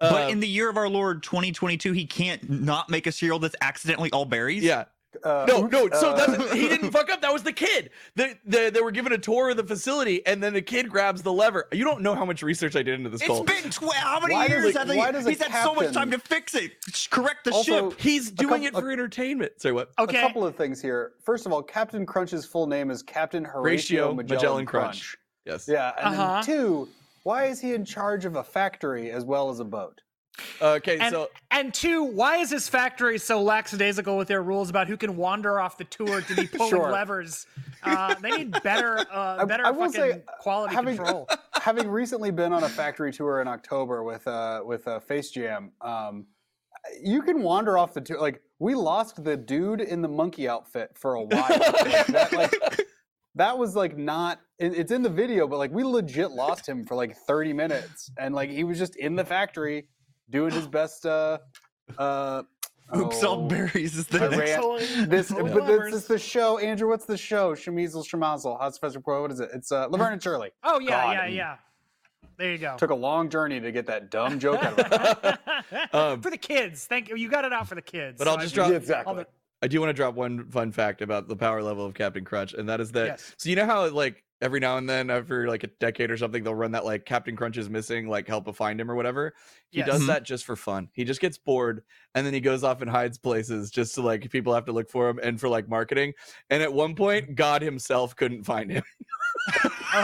D: but
E: Uh,
D: in the year of our Lord 2022, he can't not make a cereal that's accidentally all berries.
E: yeah,
C: uh,
E: no, no. So
C: uh,
E: that's he didn't fuck up. That was the kid. The, the, they were given a tour of the facility, and then the kid grabs the lever. You don't know how much research I did into this.
D: It's
E: Cole.
D: been 12. How many
C: Why does
D: years
C: a-
D: have they?
C: why does a
D: He's had so much time
C: captain-
D: to fix it. Sh- Correct the
C: Also-
D: ship.
E: He's doing
C: couple-
E: it for entertainment. Sorry, what?
B: Okay.
C: A couple of things here. First of all, Captain Crunch's full name is Captain Horatio
E: Ratio
C: Magellan,
E: Magellan
C: Crunch.
E: Crunch. Yes.
C: Yeah, and
B: Uh-huh.
C: then two, why is he in charge of a factory as well as a boat?
E: Okay.
B: And,
E: so
B: and two, why is his factory so lackadaisical with their rules about who can wander off the tour to be pulling
C: Sure.
B: levers? Uh, they need better, uh, better
C: I will
B: fucking
C: say,
B: quality
C: having-
B: control.
C: Having recently been on a factory tour in October with uh with uh, Face Jam, um, you can wander off the tour. Like we lost the dude in the monkey outfit for a while. Like, that, like, that was like not. It, it's in the video, but like we legit lost him for like 30 minutes, and like he was just in the factory doing his best. Uh, uh,
D: Oops, all
C: oh,
D: berries is the
C: I
D: next.
C: ran- This,
B: Pulling
C: but this
B: levers.
C: is the show, Andrew. What's the show? Shemizel Shemazel. How's Professor Poirot? What is it? It's uh, Laverne and Shirley.
B: Oh yeah,
C: God,
B: yeah,
C: and-
B: yeah. There you go.
C: Took a long journey to get that dumb joke out of my
E: Um,
B: for the kids, thank you. You got it out for the kids.
E: But I'll
B: I
E: just
B: mean,
E: drop-
B: all
C: exactly.
B: the-
E: I do want to drop one fun fact about the power level of Captain Crunch, and that is that.
B: Yes.
E: So you know how like every now and then, after like a decade or something, they'll run that like Captain Crunch is missing, like help a find him or whatever. He
B: Yes.
E: does
D: Mhm.
E: that just for fun. He just gets bored, and then he goes off and hides places just so like people have to look for him and for like marketing. And at one point, God himself couldn't find him.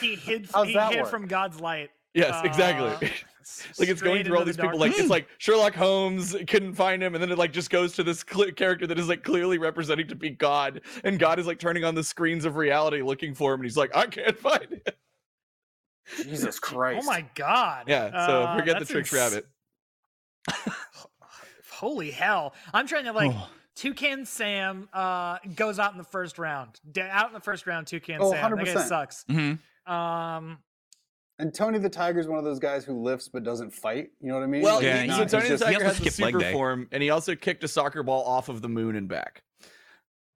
B: he hid,
C: How's
B: he
C: that
B: hid
C: work?
B: from God's light.
E: yes,
B: Uh,
E: exactly. like it's
B: straight
E: going through all
B: into
E: these
B: the
E: people. Like
B: darkness.
E: it's like Sherlock Holmes couldn't find him, and then it like just goes to this cl- character that is like clearly representing to be God, and God is like turning on the screens of reality looking for him, and he's like, I can't find him.
C: Jesus Christ.
B: oh my god.
E: Yeah. So
B: Uh,
E: forget the
B: that's
E: tricks
B: ins-
E: rabbit.
B: Holy hell! I'm trying to like
D: Oh.
B: Toucan Sam uh, goes out in the first round. Da- out in the first round, Toucan
C: Oh,
B: Sam. That guy
C: 100%.
B: sucks.
D: Mhm.
B: Um,
C: And Tony the Tiger is one of those guys who lifts but doesn't fight. You know what I mean?
E: Well,
C: Like,
D: Yeah,
E: he-
D: he's
E: so
D: not-
E: Tony
D: he's just-
E: the
D: he
E: Tiger
D: also
E: has the
D: skipped leg
E: super
D: day.
E: form, and he also kicked a soccer ball off of the moon and back.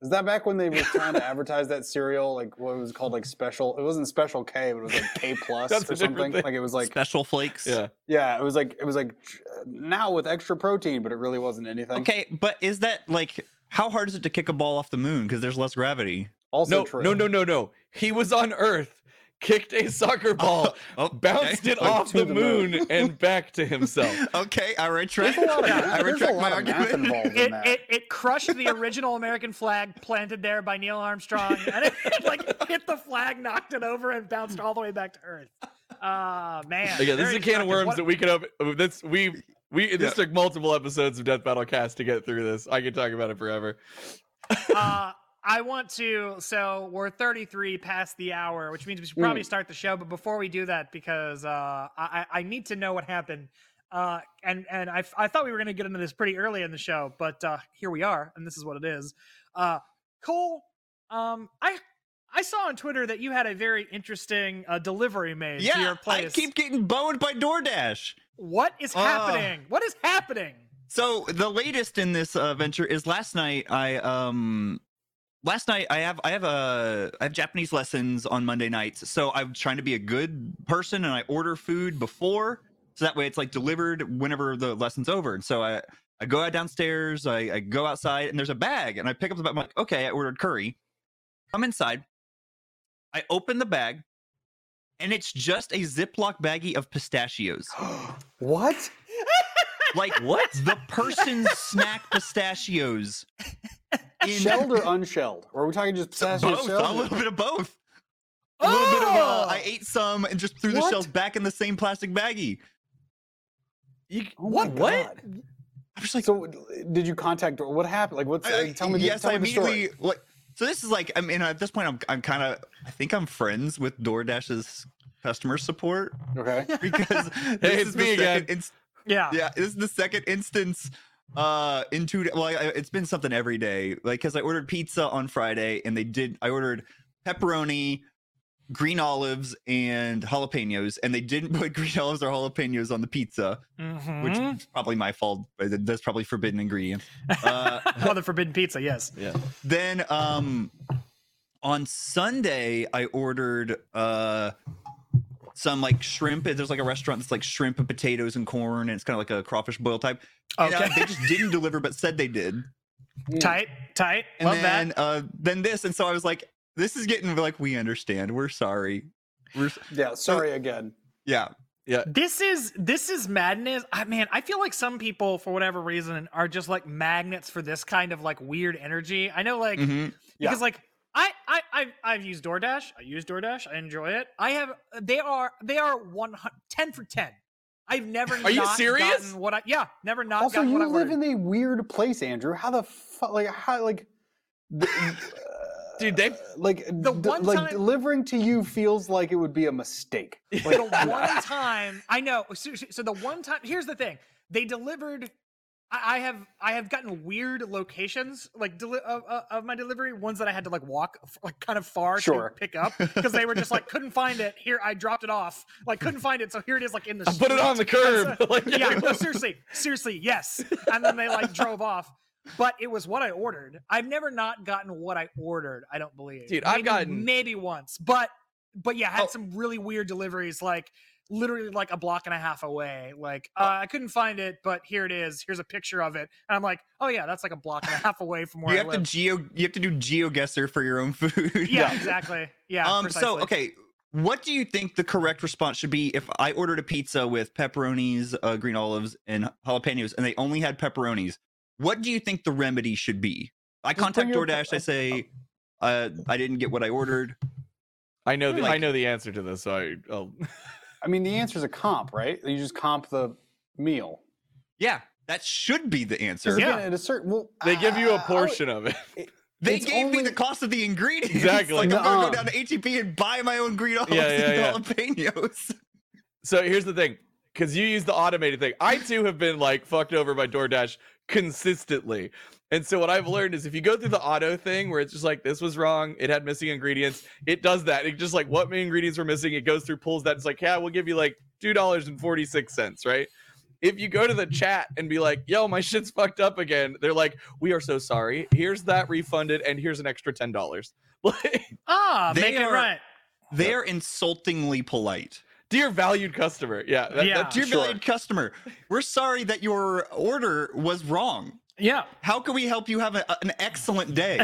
C: Is that back when they were trying to advertise that cereal? Like what was it called like special? It wasn't special K, but it was like K plus
E: That's a
C: or
E: different
C: something.
E: thing.
C: Like it was like
D: Special flakes.
E: Yeah.
C: yeah, it was like it was like tr- now with extra protein, but it really wasn't anything.
D: Okay, but is that like how hard is it to kick a ball off the moon because there's less gravity?
C: Also
E: no,
C: true.
E: no, no, no, no. He was on Earth, kicked a soccer ball,
D: Oh,
E: bounced
D: okay.
E: it off
C: to
E: the,
C: the
E: moon,
C: moon.
E: and back to himself.
D: Okay, I retract.
C: There's a lot of,
D: I
C: there's a
D: retract my
C: lot of math
D: argument.
C: involved in
B: It,
C: that.
B: it it crushed the original American flag planted there by Neil Armstrong, and it, like hit the flag, knocked it over, and bounced all the way back to Earth. Ah man,
E: Again, this is
B: very
E: a can of
B: destructive.
E: worms
B: What-
E: that we could open. That's we we this took multiple episodes of Death Battle Cast to get through this. I could talk about it forever.
B: uh, I want to. So we're 33 past the hour, which means we should
D: Mm.
B: probably start the show. But before we do that, because uh, I, I I need to know what happened, uh, and and I, f- I thought we were going to get into this pretty early in the show, but uh, here we are, and this is what it is. Uh, Cole, um, I I saw on Twitter that you had a very interesting uh, delivery made to your
D: Yeah, I
B: place.
D: keep getting boned by DoorDash.
B: What is
D: Ah.
B: happening? What is happening?
D: So the latest in this uh, venture is last night. I um, last night I have I have a I have Japanese lessons on Monday nights. So I'm trying to be a good person and I order food before, so that way it's like delivered whenever the lesson's over. And so I I go out downstairs, I, I go outside, and there's a bag, and I pick up the bag. I'm like, okay, I ordered curry. I'm inside. I open the bag, and it's just a Ziploc baggie of pistachios
C: what?
D: like what the person's snack pistachios in
C: Shelled or unshelled? Or are we talking just pistachio
D: both a
C: shelled?
D: little bit of both a little bit of
B: Oh!
D: uh, i ate some and just threw the
C: Oh! What?
D: shells back in the same plastic baggie
E: You,
C: Oh my
E: what? What?
C: God.
D: i'm just like
C: So did you contact? What happened? Like, what's?
D: I-
C: like, tell me.
D: yes
C: tell
D: i
C: me the story.
D: immediately like so this is like i mean at this point i'm, I'm kind of i think i'm friends with doordash's customer support
C: Okay.
D: because hey,
E: it's me again.
B: Yeah.
D: yeah this is the second instance uh in two well I, it's been something every day like because i ordered pizza on friday and they did i ordered pepperoni green olives and jalapenos and they didn't put green olives or jalapenos on the pizza which
B: Mhm.
D: is probably my fault but that's probably forbidden ingredient uh
B: oh, the forbidden pizza. Yes.
E: Yeah.
D: then um on sunday i ordered uh some like shrimp there's like a restaurant that's like shrimp and potatoes and corn and it's kind of like a crawfish boil type And, uh,
B: Okay.
D: they just didn't deliver but said they did
B: Tight, tight.
D: and
B: Love
D: then
B: that.
D: uh then this and so i was like this is getting like we understand we're sorry we're s-
C: Yeah. Sorry again.
D: yeah
B: This is this is madness. I man, I feel like some people for whatever reason are just like magnets for this kind of like weird energy. I know like
D: mhm.
C: Yeah.
B: because like I I I've, I've used DoorDash. I use DoorDash. I enjoy it. I have they are they are 100, 10 for 10. I've never
E: Are you
B: not
E: serious?
B: gotten what I yeah, never not
C: also,
B: gotten
C: you
B: what I
C: live
B: ordered.
C: in a weird place, Andrew. How the fuck? Like, how? Like, the,
E: Dude, they
C: like
B: The
C: d-
B: one
C: like
B: time-
C: delivering to you feels like it would be a mistake. Like,
B: the one time I know. So, so the one time here's the thing: they delivered. I, I have I have gotten weird locations like deli- of, of- of my delivery ones that I had to like walk f- like kind of far
C: Sure.
B: to pick up because they were just like couldn't find it. Here I dropped it off. Like couldn't find it, so here it is like in the.
E: I put it on the
B: street. And
E: curb. Like,
B: yeah, no, seriously, seriously, yes. And then they like drove off. But it was what I ordered. I've never not gotten what I ordered. I don't believe.
E: Dude, I've
B: Maybe-
E: gotten-
B: maybe once, but but yeah, had
E: Oh.
B: some really weird deliveries, like literally like a block and a half away. Like
D: Oh.
B: uh, I couldn't find it, but here it is. Here's a picture of it, and I'm like, oh yeah, that's like a block and a half away from where
D: you
B: I
D: have to
B: live.
D: geo you have to do geo guesser for your own food
B: yeah, exactly. Yeah.
D: um
B: precisely.
D: so okay what do you think the correct response should be if i ordered a pizza with pepperonis uh, green olives and jalapenos and they only had pepperonis what do you think the remedy should be i
C: Just bring
D: contact
C: your-
D: doordash i say uh, i didn't get what i ordered
E: I know the, I
D: Like-
E: know the answer to this. So I, I'll,
C: I mean, the answer is a comp, right? You just comp the meal.
D: yeah that should be the answer
C: 'Cause
B: Yeah.
C: again, at a certain, well,
E: they give you
C: Uh, I- I
E: a
C: would-
E: portion of it.
D: they
C: it's
D: gave me
C: only-
D: the cost of the ingredients
E: Exactly.
D: like i'm gonna
C: Nuh-uh.
D: go down to atp and buy my own green olives
E: Yeah,
D: and
E: yeah, yeah.
D: jalapenos
E: So here's the thing, because you use the automated thing. I too have been like fucked over by DoorDash consistently. And so what I've learned is if you go through the auto thing where it's just like this was wrong, it had missing ingredients, it does that. It just like what main ingredients were missing, it goes through, pulls that. It's like, yeah, we'll give you like two dollars and forty six cents, right? If you go to the chat and be like, yo, my shit's fucked up again, they're like, we are so sorry. Here's that refunded, and here's an extra $10. Like,
B: Ah,
D: They
B: make it
D: are-
B: right.
D: They are insultingly polite.
E: dear valued customer. Yeah. that-
B: Yeah.
E: that's
D: Dear
E: Ah, sure.
D: valued customer, we're sorry that your order was wrong.
B: Yeah.
D: How can we help you have a, an excellent day?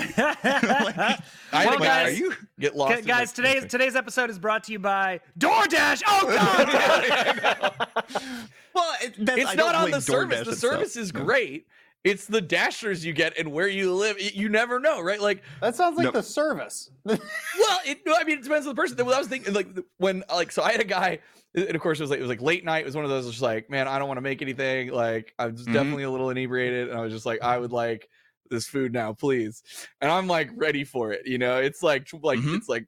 E: I
B: well,
E: think-
D: Like, are
B: guys,
D: you?
E: Get
B: Gu-
E: lost. in
B: guys,
E: the-
B: today's today's episode is brought to you by DoorDash. Oh God!
D: Well, it, that's,
E: it's
D: I don't
E: not on
D: blame
E: the service.
D: DoorDash
E: The
D: itself.
E: service is great. It's the dashers you get and where you live. Y- You never know, right? Like,
C: That sounds like
D: No.
C: the service.
E: well, it, no, I mean, it depends on the person. That I was thinking, like, when, like, so I had a guy, and of course it was like it was like late night. It was one of those just like, man, I don't want to make anything. Like, I'm just
D: Mhm.
E: definitely a little inebriated, and I was just like, I would like this food now, please. And I'm like ready for it. You know, it's like tw- like
D: Mhm.
E: it's like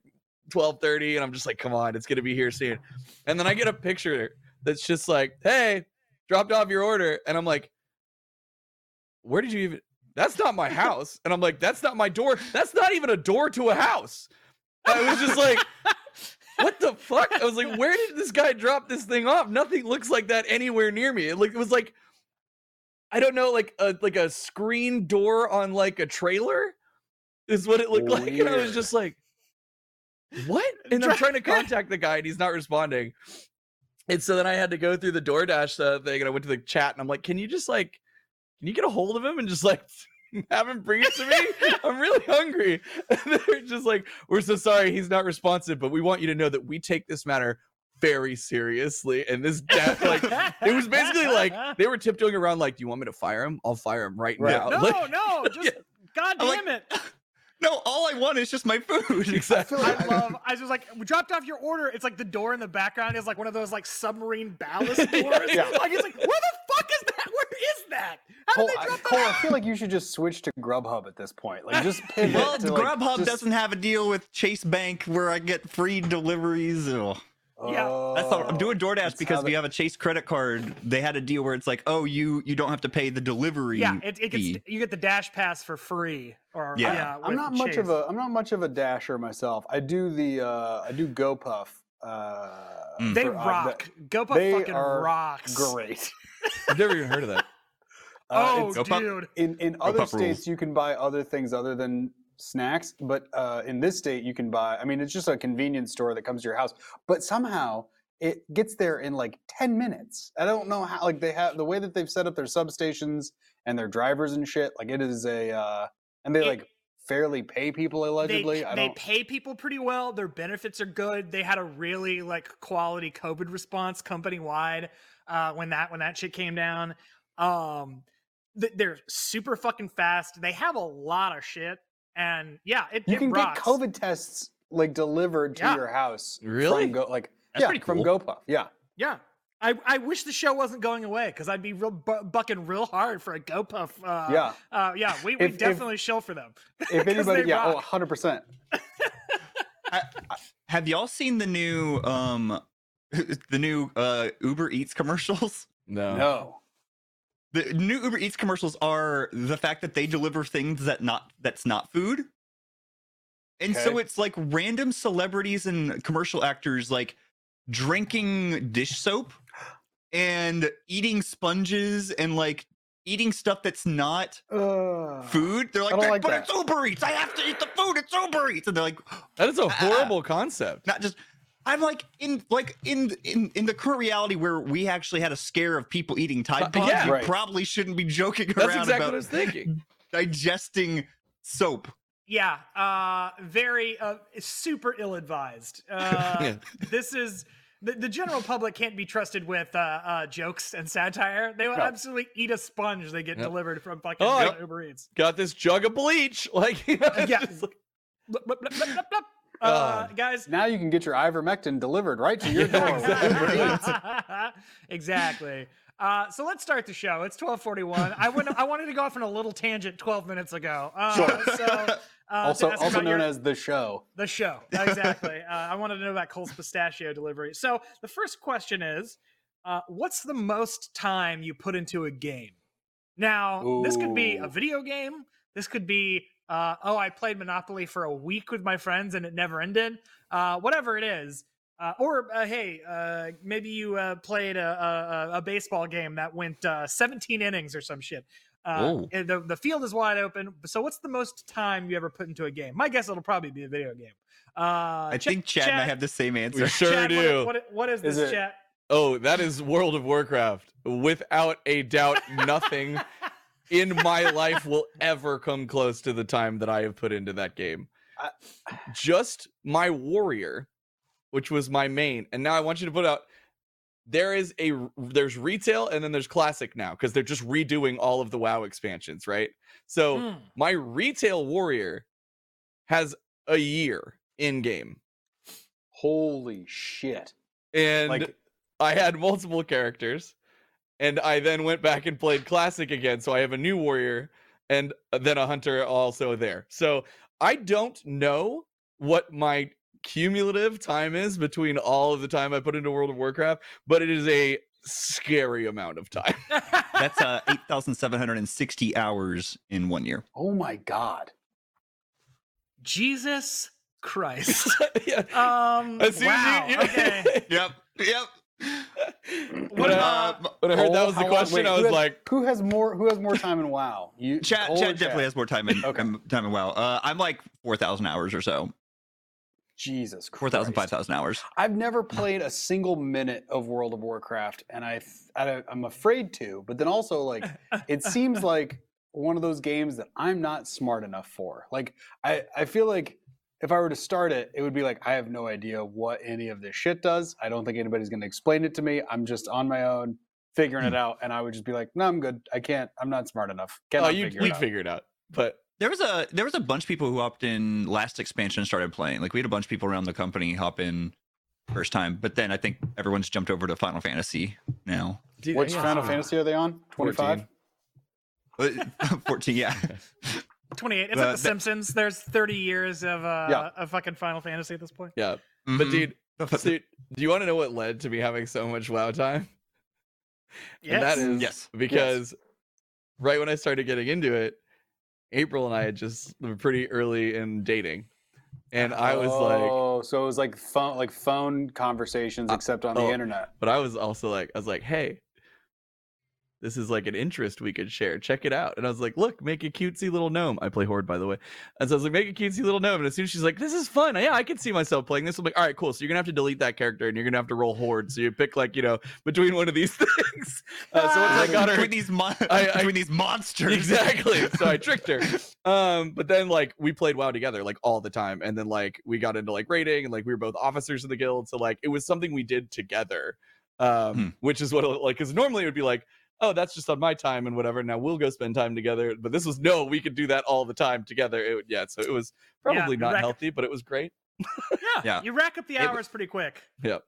E: 12:30, and I'm just like, come on, it's gonna be here soon. And then I get a picture that's just like, hey, dropped off your order, and I'm like, where did you even? That's not my house. And I'm like, that's not my door. That's not even a door to a house. I was just like, what the fuck? I was like, where did this guy drop this thing off? Nothing looks like that anywhere near me. It, like, it was like, I don't know, like a like a screen door on like a trailer is what it looked like. And I was
C: Weird.
E: just like, what? And I'm trying to contact the guy and he's not responding. And so then I had to go through the DoorDash uh, thing and I went to the chat and I'm like, can you just like, can you get a hold of him and just like have him bring it to me? I'm really hungry. And they're just like, we're so sorry he's not responsive, but we want you to know that we take this matter very seriously. And this death, like, it was basically like they were tiptoeing around, like, do you want me to fire him? I'll fire him right,
C: Right.
E: now.
B: no,
E: Like,
B: no, just God
D: I'm like-
B: damn it!
D: No, all I want is just my food.
E: exactly.
B: I love. I was just like, we dropped off your order. It's like the door in the background is like one of those like submarine ballast doors.
C: Yeah.
B: Like it's like, where the fuck is that? Where is that? How
C: Cole,
B: did they
C: I,
B: drop
C: Cole, I
B: that?
C: feel like you should just switch to Grubhub at this point. Like, just pivot.
D: Well,
C: to, like,
D: Grubhub
C: just-
D: doesn't have a deal with Chase Bank where I get free deliveries. Ugh.
B: Yeah,
D: That's all,
E: Oh,
D: I'm doing
C: that's
D: DoorDash
C: how
D: because
C: they-
D: we have a Chase credit card. They had a deal where it's like, oh, you you don't have to pay the delivery.
B: Yeah, it, it
D: fee.
B: gets you get the dash pass for free. Or yeah,
D: Yeah.
B: with
C: I'm not much
B: Chase.
C: of a I'm not much of a dasher myself. I do the uh I do GoPuff. Uh,
D: Mm.
B: They
C: for- uh,
B: rock. GoPuff
C: they
B: fucking
C: are
B: rocks.
C: the- great.
E: I've never even heard of that.
C: Uh,
B: Oh,
C: it's-
D: GoPuff-
B: dude.
C: in in other
D: GoPuff rules.
C: states you can buy other things other than snacks, but uh, in this state you can buy. I mean, it's just a convenience store that comes to your house, but somehow it gets there in like 10 minutes. I don't know how. Like they have the way that they've set up their substations and their drivers and shit. Like it is a uh, and they
B: It-
C: like fairly pay people allegedly.
B: They,
C: I
B: they
C: don't.
B: pay people pretty well. Their benefits are good. They had a really like quality COVID response company wide uh, when that when that shit came down. Um, th- they're super fucking fast. They have a lot of shit, and yeah, it,
C: you
B: it
C: can
B: rocks.
C: get COVID tests like delivered to
B: Yeah.
C: your house.
E: Really?
C: From Go, like
D: That's
C: yeah,
D: pretty
C: from
D: cool.
C: GoPuff. Yeah.
B: Yeah, I, I wish the show wasn't going away because I'd be real bu- bucking real hard for a GoPuff. Uh,
C: yeah.
B: uh, yeah. We, we
C: If- if-
B: definitely shill for them.
C: If
B: 'Cause
C: anybody
B: they
C: yeah, oh
B: rock.
C: 100%.
D: Have y'all seen the new um the new uh Uber Eats commercials?
E: No.
D: Oh.
C: No.
D: The new Uber Eats commercials are the fact that they deliver things that not that's not food. And so
C: Okay.
D: it's like random celebrities and commercial actors like drinking dish soap and eating sponges and like eating stuff that's not
C: Uh,
D: food. They're like,
C: don't
D: "They're-
C: like
D: but
C: that."
D: it's Uber Eats. I have to eat the food. It's Uber Eats. And they're like,
E: That is a
D: Ah.
E: horrible concept.
D: not just I'm like in like in in in the current reality where we actually had a scare of people eating
E: Uh,
D: Tide Pods,
E: yeah.
D: you
C: Right.
D: probably shouldn't be joking
E: That's
D: around
E: exactly what I
D: about
E: was thinking.
D: digesting soap.
B: Yeah, uh, very uh, super ill-advised. Uh,
E: Yeah.
B: This is the, the general public can't be trusted with uh, uh, jokes and satire. They will
C: No.
B: absolutely eat a sponge they get
E: Yep.
B: delivered from fucking
E: Oh, I-
B: uh, Uber Eats.
E: Got this jug of bleach. Like, you know, it's
B: Yeah.
E: just like-
B: Blip, blip, blip, blip, blip, blip.
C: Oh.
B: Uh, guys.
C: now you can get your ivermectin delivered right to your
E: Yeah,
C: door. with Uber Eats.
B: exactly. Uh, so let's start the show. It's twelve forty-one. I went. I wanted to go off on a little tangent twelve minutes ago. Uh,
C: Sure.
B: So, uh,
C: also,
B: to ask
C: also
B: about
C: known
B: your-
C: as the show.
B: The show, exactly. uh, I wanted to know about Cole's pistachio delivery. So the first question is, uh, what's the most time you put into a game? Now, this could be a
C: Ooh.
B: video game. This could be, uh, oh, I played Monopoly for a week with my friends and it never ended. Uh, whatever it is, Uh, or uh, hey, uh, maybe you uh, played a, a, a baseball game that went uh, 17 innings or some shit. Uh,
E: Whoa.
B: and the the field is wide open. So what's the most time you ever put into a game? My guess it'll probably be a video game. Uh,
D: I
B: check-
D: think Chad, and I have the same answer.
E: We sure
B: Chad, what-
E: do.
B: what- what is
C: Is
B: this,
C: it-
B: chat?
E: Oh, that is World of Warcraft. Without a doubt, nothing in my life will ever come close to the time that I have put into that game.
C: I-
E: Just my warrior, which was my main, and now I want you to put out. There is a there's retail and then there's classic now because they're just redoing all of the WoW expansions, right? So
D: Oh.
B: Hmm.
E: my retail warrior has a year in game,
C: Holy shit!
E: and
C: Like
E: I had multiple characters, and I then went back and played classic again. So I have a new warrior and uh, then a hunter also there. So I don't know what my cumulative time is between all of the time I put into World of Warcraft, but it is a scary amount of time.
B: Hmm.
D: That's uh, 8,760 hours in one year.
C: oh my god!
B: Jesus Christ.
E: yeah.
B: Um,
E: As soon
B: wow.
E: as you,
B: okay.
D: Yep. Yep.
E: when, I-
B: uh,
E: when I heard that
C: Cole,
E: was
C: how
E: the
C: long-
E: question,
C: wait,
E: I
C: who
E: was
C: has-
E: like,
C: who has more? Who has more time in WoW? You,
D: Chad,
C: Cole or
D: Chad definitely has more time in
C: Okay.
D: um, time in WoW. Uh, I'm like 4,000 hours or so.
C: Jesus,
D: 4,000,
C: Christ.
D: 5,000 hours.
C: I've never played a single minute of World of Warcraft, and I, th- I don't- I'm afraid to. But then also, like, it seems like one of those games that I'm not smart enough for. Like, I, I feel like if I were to start it, it would be like I have no idea what any of this shit does. I don't think anybody's going to explain it to me. I'm just on my own figuring it out, and I would just be like, No, I'm good. I can't. I'm not smart enough.
E: Hmm. oh,
C: Cannot
E: you,
C: figure it
E: we'd
C: out."
E: figure it out. But
D: There was a there was a bunch of people who opted in last expansion and started playing. Like we had a bunch of people around the company hop in first time, but then I think everyone's jumped over to Final Fantasy now.
E: dude,
C: Which
E: yeah.
C: Final Fantasy are they on? 25?
E: 14.
D: Uh, 14, yeah.
B: 28. It's
D: Uh,
B: like The
D: that-
B: Simpsons. There's 30 years of uh,
C: Yeah.
B: of fucking Final Fantasy at this point.
E: Yeah. But,
C: Mm-hmm.
D: Mhm.
E: dude,
D: But-
E: So, do you want to know what led to me having so much WoW time?
B: Yes.
E: And that is
D: Yes.
E: because right when I started getting into it, April and I had just were pretty early in dating. And I was like,
C: oh, so it was like phone, like phone conversations,
E: Uh,
C: except on
E: oh.
C: the internet.
E: but I was also like, I was like, hey, this is like an interest we could share. Check it out. And I was like, look, make a cutesy little gnome. I play Horde, by the way. And so I was like, make a cutesy little gnome. And as soon as she's like, this is fun. Yeah, I can see myself playing this. I'm like, all right, cool. So you're going to have to delete that character and you're going to have to roll Horde. So you pick, like, you know, between one of these things. Uh, so once I got her.
D: Um, between these mon-
E: I- I-
D: between these monsters.
E: Exactly. So I tricked her. Um, but then like we played WoW together like all the time, and then like we got into like raiding, and like we were both officers of the guild, so like it was something we did together. Um,
D: Hmm.
E: which is what like because normally it would be like, oh, that's just on my time and whatever. Now we'll go spend time together. But this was no, we could do that all the time together. It would- yeah, so it was
B: Yeah,
E: probably not
B: exactly.
E: healthy, but it was great. Oh,
B: Yeah.
D: Yeah.
B: You rack up the
D: It was-
B: hours pretty quick.
D: and,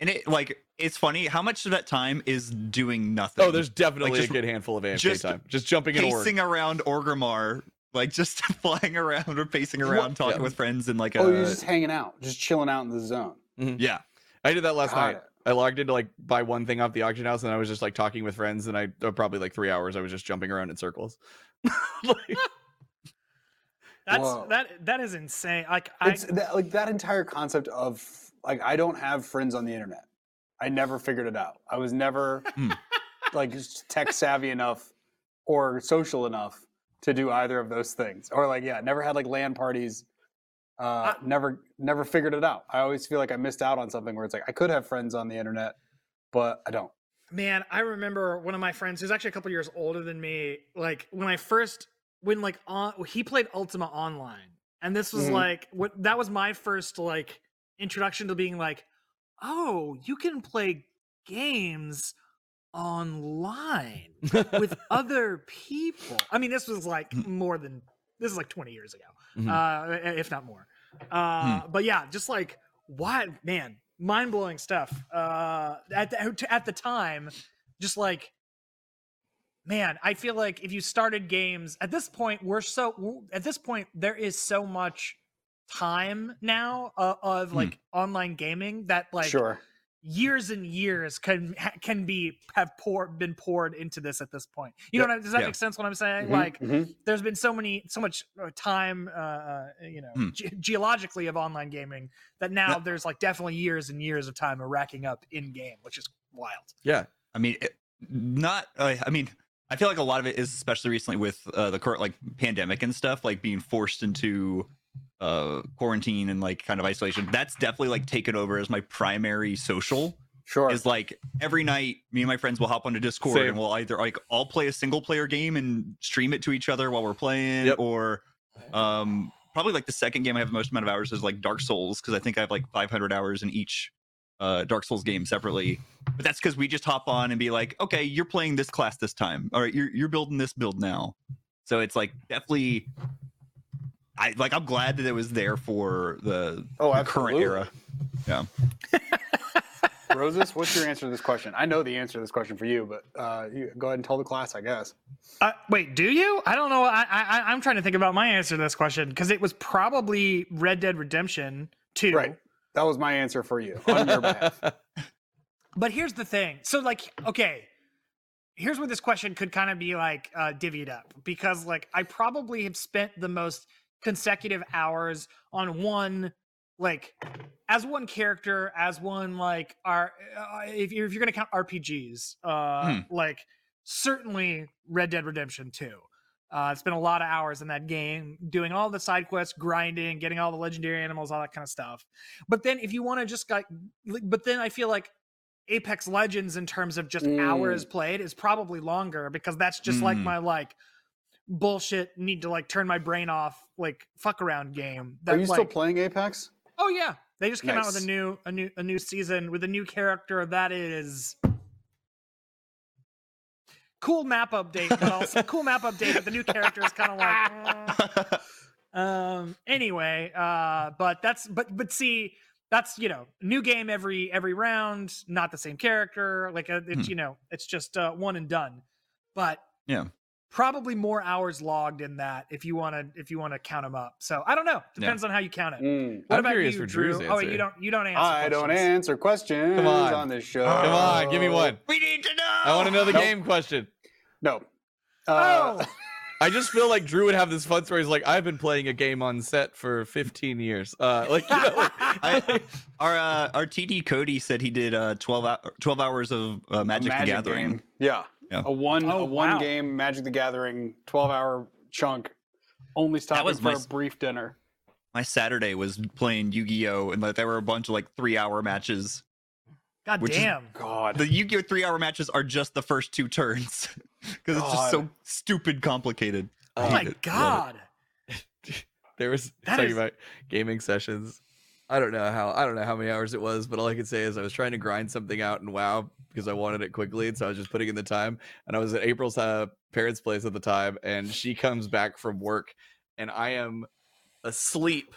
D: and it like it's funny how much of that time is doing nothing.
E: Oh, there's definitely
D: just-
E: a good handful of AFK
D: just
E: time. Just jumping in org.
D: pacing around Orgrimmar, like just flying around or pacing around,
E: What?
D: talking
E: Yeah.
D: with friends and like
C: Oh,
D: uh,
C: you're just hanging out, just chilling out in the zone.
E: Mm-hmm.
D: yeah.
E: I did that last
C: Got
E: night.
C: it.
E: I logged in to like buy one thing off the auction house, and I was just like talking with friends, and I uh, probably like three hours. I was just jumping around in circles. Like,
B: That's
C: Whoa.
B: that that is insane. Like I
C: It's that, like that entire concept of like I don't have friends on the internet. I never figured it out. I was never
D: Hmm.
C: like just tech savvy enough or social enough to do either of those things. Or like yeah, never had like LAN parties. Uh, never never figured it out. I always feel like I missed out on something where it's like I could have friends on the internet, but I don't.
B: Man, I remember one of my friends who's actually a couple years older than me. Like when I first, when like on, he played Ultima Online, and this was
D: Mm.
C: Mhm.
B: like what that was my first like introduction to being like, oh, you can play games online with other people. I mean, this was like
D: Mhm.
B: more than this is like twenty years ago
D: Mm-hmm.
E: Mhm.
B: uh, if not more. Uh,
D: Hmm.
B: But yeah, just like why, man, mind blowing stuff. Uh, at the, at the time, just like man, I feel like if you started games at this point, we're so we're- at this point there is so much time now uh, of
D: Hmm.
B: like online gaming that like
C: sure.
B: years and years can ha- can be have pour been poured into this at this point. You know, what I, does that
D: yeah. Mm-hmm.
B: make sense? What I'm saying,
C: Mhm,
B: like,
C: mhm.
B: there's been so many so much uh, time, uh, uh, you know,
D: Hmm.
B: ge- geologically of online gaming that now there's like definitely years and years of time of racking up in game, which is wild.
E: Yeah.
D: I mean, it, not. Uh, I mean, I feel like a lot of it is, especially recently with uh, the current like pandemic and stuff, like being forced into uh, quarantine and like kind of isolation. That's definitely like taken over as my primary social.
C: Sure.
D: Is like every night, me and my friends will hop onto Discord
E: Same.
D: and we'll either like all play a single player game and stream it to each other while we're playing,
E: Yep.
D: or um, probably like the second game I have the most amount of hours is like Dark Souls because I think I have like 500 hours in each uh, Dark Souls game separately. But that's because we just hop on and be like, okay, you're playing this class this time. All right, you're you're building this build now. So it's like definitely. I like. I'm glad that it was there for the,
C: oh,
D: the current
C: absolutely.
D: era.
C: Roses, what's your answer to this question? I know the answer to this question for you, but uh, you, go ahead and tell the class, I guess.
B: Uh, wait, do you? I don't know. I, I I- I'm trying to think about my answer to this question because it was probably Red Dead Redemption Two.
C: Right. That was my answer for you on your behalf.
B: But here's the thing. So like, okay, here's where this question could kind of be like uh, divvied up because like I probably have spent the most consecutive hours on one like as one character as one like our uh, if you're, if you're gonna count rpgs uh
D: Hmm.
B: like certainly red dead redemption 2 uh it's been a lot of hours in that game doing all the side quests grinding getting all the legendary animals all that kind of stuff but then if you want to just like li- but then i feel like apex legends in terms of just
C: Mm.
B: hours played is probably longer because that's just like
D: Mm.
C: Hmm.
B: my like bullshit need to like turn my brain off like fuck around game that
C: Are you still
B: like-
C: playing Apex?
B: Oh yeah, they just came out with
C: Nice.
B: a new a new a new season with a new character that is cool map update, but also cool map update. But the new character is kind of like. "Mm." Um. Anyway, uh, but that's but but see. That's you know new game every every round, not the same character. Like uh, it's
D: Hmm.
B: you know it's just uh, one and done, but
D: Yeah.
B: probably more hours logged in that if you want to if you want to count them up. So I don't know,
D: Yeah.
B: depends on how you count it.
C: Mm.
E: I'm curious for Drew's
B: Oh, wait,
E: answer.
B: you don't you don't answer.
C: I don't
B: questions.
C: answer questions
E: Come on.
C: on. this show.
E: Come
B: Oh.
E: on, give me one.
D: we need to know.
E: I want to know the
C: Nope.
E: game question.
C: No. Uh,
B: oh,
E: I just feel like Drew would have this fun story. He's like, I've been playing a game on set for 15 years. Uh, like, you know,
D: I, our uh, our TD Cody said he did uh, 12, hou- 12 hours of uh,
C: a
D: Magic, the
C: Magic
D: Gathering.
C: game. Yeah.
D: Yeah.
C: A one
B: Oh,
C: a one
B: wow.
C: game Magic the Gathering 12 hour chunk only stopping
D: was
C: for
D: my
C: a
D: s-
C: brief dinner.
D: My Saturday was playing Yu Gi Oh, and like there were a bunch of like three hour matches.
B: god
D: Which is-
B: damn!
C: God.
D: The Yu Gi Oh three hour matches are just the first two turns because it's just so stupid complicated.
B: oh my
D: Love it.
B: god!
E: there was
B: That
E: talking
B: is-
E: about gaming sessions. I don't know how I don't know how many hours it was, but all I could say is I was trying to grind something out in WoW because I wanted it quickly, and so I was just putting in the time. And I was at April's uh, parents' place at the time, and she comes back from work, and I am asleep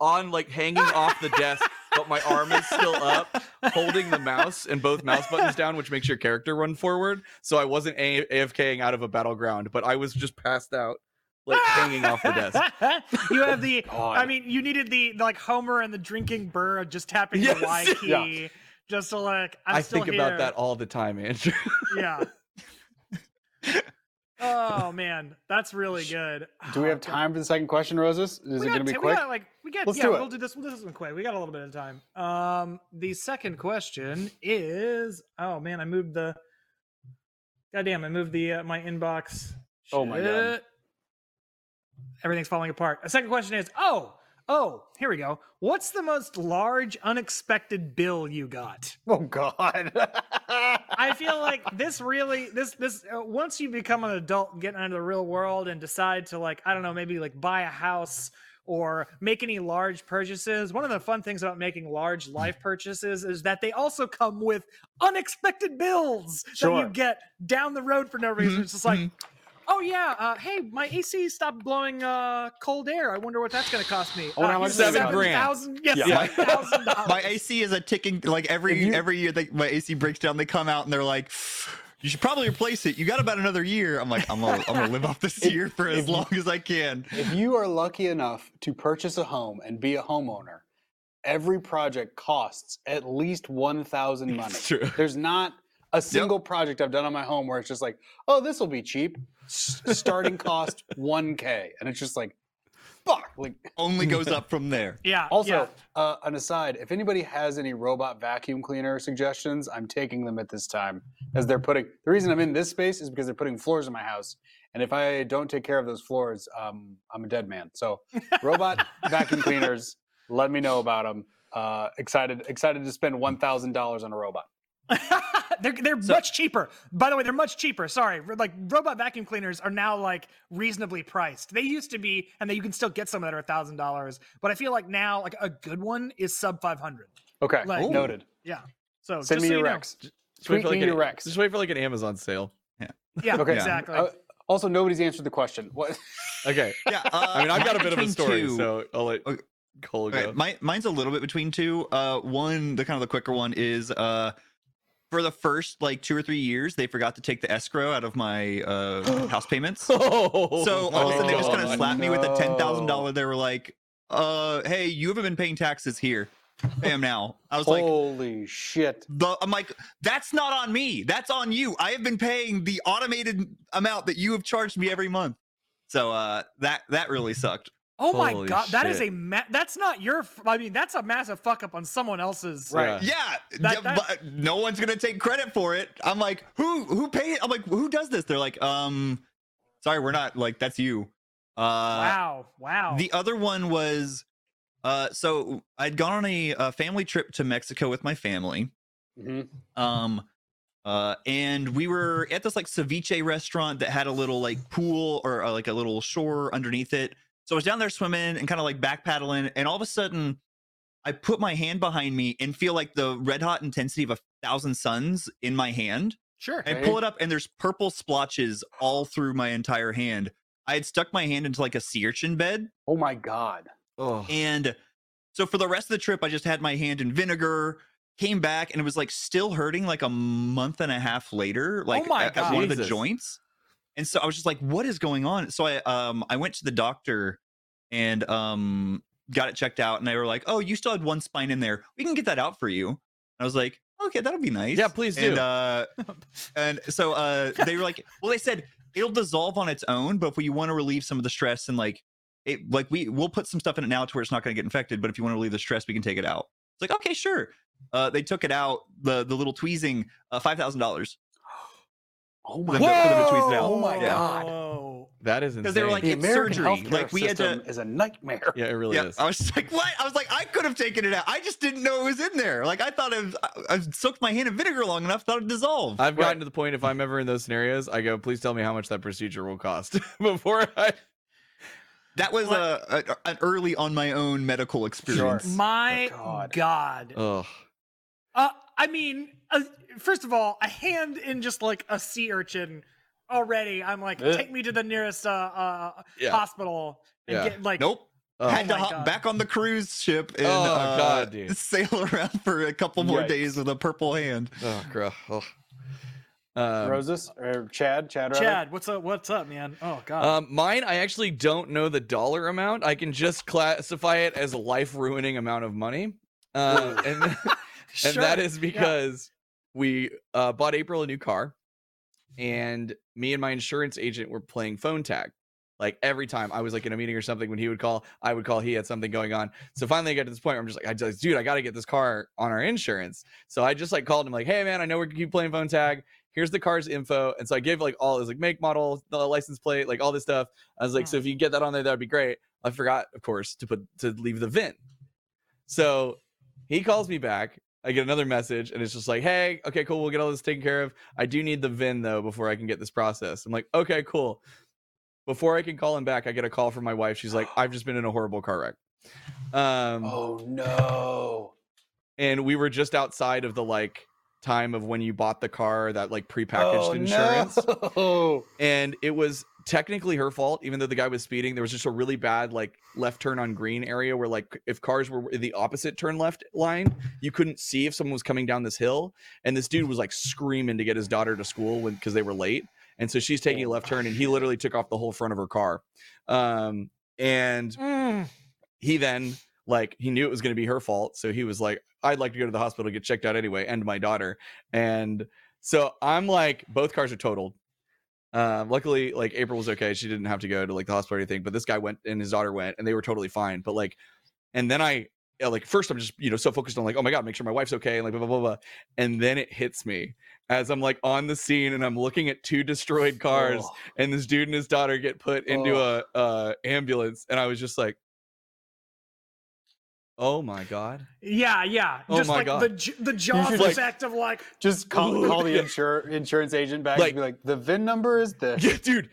E: on like hanging off the desk, but my arm is still up, holding the mouse and both mouse buttons down, which makes your character run forward. So I wasn't a- AFKing out of a battleground, but I was just passed out, like hanging off the desk.
B: you have the.
C: God.
B: I mean, you needed the like Homer and the drinking burr of just tapping
E: Yes.
B: the Y
C: Yeah.
B: key, just to like. I'm
E: i
B: still
E: think about
B: here.
E: that all the time, Andrew.
B: Yeah. oh man, that's really good. Oh,
C: do we have time for the second question, Roses? Is
B: we
C: it
B: got
C: going to be
B: ti-
C: quick?
B: We got, like we got.
C: Let's
B: yeah,
C: do it.
B: we'll do this. We'll do this one quick. We got a little bit of time. Um, the second question is. Oh man, I moved the. God damn! I moved the uh, my inbox.
C: Oh, my God.
B: Shit. Everything's falling apart. A second question is. Oh, oh, here we go. What's the most large unexpected bill you got?
C: Oh God.
B: I feel like this really this this uh, once you become an adult, and get into the real world, and decide to like I don't know maybe like buy a house or make any large purchases. One of the fun things about making large life purchases is that they also come with unexpected bills that
C: Sure. Mm-hmm,
B: you get down the road for no reason. It's just like. Oh yeah! Uh, hey, my AC stopped blowing uh, cold air. I wonder what that's going to cost me.
C: Oh, and
B: uh,
C: how much
E: is that?
B: seven thousand? Yes,
C: Yeah.
B: seven thousand dollars.
D: My AC is a ticking. Like every every year, they, my AC breaks down. They come out and they're like. You should probably replace it. You got about another year. I'm like, I'm gonna, I'm gonna live off this year for as long as I can.
C: if you are lucky enough to purchase a home and be a homeowner, every project costs at least one thousand money.
E: It's true.
C: There's not a single project I've done on my home where it's just like, oh, this will be cheap. S- starting cost one k, and it's just like, fuck. Like
D: Only goes up from there.
B: Yeah.
C: also,
B: yeah.
C: uh, an aside, if anybody has any robot vacuum cleaner suggestions, I'm taking them at this time as they're putting. The reason I'm in this space is because they're putting floors in my house, and if I don't take care of those floors, um, I'm a dead man. So, robot vacuum cleaners, let me know about them. Uh, excited, excited to spend one thousand dollars on a robot.
B: they're they're much cheaper. By the way, they're much cheaper. Sorry, R- like robot vacuum cleaners are now like reasonably priced. They used to be, and that you can still get some that are a thousand dollars. But I feel like now, like a good one is sub five hundred.
C: Okay,
B: Like- Ooh.
C: noted.
B: Yeah. So
C: Send
B: just
C: me
B: so
C: your
B: you know.
C: Rex.
E: Just wait
C: Tweet
E: for like
C: me
E: an,
C: your Rex.
E: Just wait for like an Amazon sale.
B: Yeah.
C: Okay.
D: Yeah.
B: Exactly.
C: Uh, also, nobody's answered the question. What?
E: Okay.
D: Yeah. Uh,
E: I mean, I've got a bit of a
D: between
E: story,
D: two-
E: so I'll let
D: Okay.
E: Cole go.
D: Okay, my, mine's a little bit between two. Uh, one, the kind of the quicker one is uh, for the first like two or three years, they forgot to take the escrow out of my uh, house payments. So
E: Oh,
D: all of a sudden, they just kind
C: Oh,
D: of slapped me with a
C: no.
D: ten thousand dollar. They were like, uh, "Hey, you haven't been paying taxes here. Pay 'em now." I was like,
E: Oh.
C: Holy shit!
D: the, I'm like, that's not on me. That's on you. I have been paying the automated amount that you have charged me every month. So uh, that that really sucked.
B: oh my
E: holy
B: god, that is
E: shit.
B: a ma- that's not your. f- I mean, that's a massive fuck up on someone else's.
E: Right.
D: Yeah,
B: That-
D: yeah,
B: that-
D: but no one's gonna take credit for it. I'm like, who who paid? I'm like, who does this? They're like, um, sorry, we're not like that's you. Uh,
B: Wow. Wow.
D: The other one was, uh, so I'd gone on a, a family trip to Mexico with my family.
C: Mhm.
D: Um, uh, and we were at this like ceviche restaurant that had a little like pool or uh, like a little shore underneath it. So I was down there swimming and kind of like back paddling, and all of a sudden, I put my hand behind me and feel like the red hot intensity of a thousand suns in my hand.
B: sure.
D: I
C: Okay.
D: pull it up, and there's purple splotches all through my entire hand. I had stuck my hand into like a sea urchin bed,
C: Oh my god!
E: Oh.
D: and so for the rest of the trip, I just had my hand in vinegar, came back, and it was like still hurting like a month and a half later, like
B: my
D: at, at one of the
E: God.
D: joints. And so I was just like, what is going on? So I um I went to the doctor and um got it checked out, and they were like, Oh, you still had one spine in there. We can get that out for you. And I was like, Okay, that'll be nice.
E: Yeah, please do.
D: And uh and so uh they were like, Well, they said it'll dissolve on its own, but if you want to relieve some of the stress and like it like we we'll put some stuff in it now to where it's not going to get infected but if you want to relieve the stress we can take it out it's like okay sure uh they took it out the the little tweezing uh five thousand dollars
C: Oh my
D: The- the-
C: god!
D: the tweezed out.
C: Oh my
D: Yeah.
C: god!
B: Whoa.
E: that is insane.
D: 'Cause they were like,
C: the
D: it's
C: American
D: surgery.
C: healthcare
D: Like, we had to-
C: system is a nightmare.
E: yeah, it really
D: yeah
E: is.
D: i was just like what i was like i could have taken it out i just didn't know it was in there like i thought i've i've soaked my hand in vinegar long enough thought it'd dissolve
E: I've gotten to the point if I'm ever in those scenarios, I go, please tell me how much that procedure will cost before I.
D: that was a, a an early on my own medical experience
B: My
C: God.
B: God.
E: Oh,
B: Uh, I mean, uh, first of all, a hand in just like a sea urchin already. I'm like,
C: Ugh.
B: take me to the nearest uh, uh,
E: Eh. Yeah.
B: hospital and
E: Yeah.
B: get like.
D: nope
E: oh.
D: had to
B: my
D: hop
B: God.
D: back on the cruise ship and
E: Oh,
D: uh,
E: God, dude.
D: sail around for a couple more
C: Yikes.
D: days with a purple hand
E: oh, crap. Oh. Um,
C: Roses or Chad? Chad? rather?
B: Chad, what's up? What's up, man? Oh God.
E: Um, mine, I actually don't know the dollar amount. I can just classify it as a life ruining amount of money. Uh, and, and that is because we uh, bought April a new car, and me and my insurance agent were playing phone tag. Like every time I was like in a meeting or something, when he would call, I would call. He had something going on, so finally I got to this point where I'm just like, I just, dude, I got to get this car on our insurance. So I just like called him, like, hey man, I know we keep playing phone tag. Here's the car's info, and so I gave like all it was like make, model, the license plate, like all this stuff. I was like, so if you get that on there, that'd be great. I forgot, of course, to put to leave the VIN. So he calls me back. I get another message, and it's just like, hey, okay, cool, we'll get all this taken care of. I do need the VIN though before I can get this processed. I'm like, okay, cool. Before I can call him back, I get a call from my wife. She's like, I've just been in a horrible car wreck. Um,
C: Oh no!
E: and we were just outside of the like time of when you bought the car that like prepackaged
C: oh,
E: insurance
C: No.
E: and it was technically her fault even though the guy was speeding there was just a really bad like left turn on green area where like if cars were in the opposite turn left line you couldn't see if someone was coming down this hill and this dude was like screaming to get his daughter to school when because they were late and so she's taking a left turn and he literally took off the whole front of her car um and
B: Mm.
E: he then like he knew it was going to be her fault so he was like i'd like to go to the hospital to get checked out anyway and my daughter and so i'm like both cars are totaled um luckily like april was okay she didn't have to go to like the hospital or anything but this guy went and his daughter went and they were totally fine but like and then i yeah, like first i'm just you know so focused on like oh my god make sure my wife's okay and like blah blah blah, blah. and then it hits me as i'm like on the scene and i'm looking at two destroyed cars
C: Oh.
E: and this dude and his daughter get put into a uh, ambulance, and I was just like, "Oh my god!"
B: Yeah, yeah.
E: Oh
B: just
E: my
B: like
E: God.
B: the j- the jaw
E: Like-
B: effect of like
C: Just call,
E: Ooh.
C: call the
E: Yeah.
C: insur- insurance agent back
E: Like-
C: and be like, the VIN number is this.
E: Yeah, dude,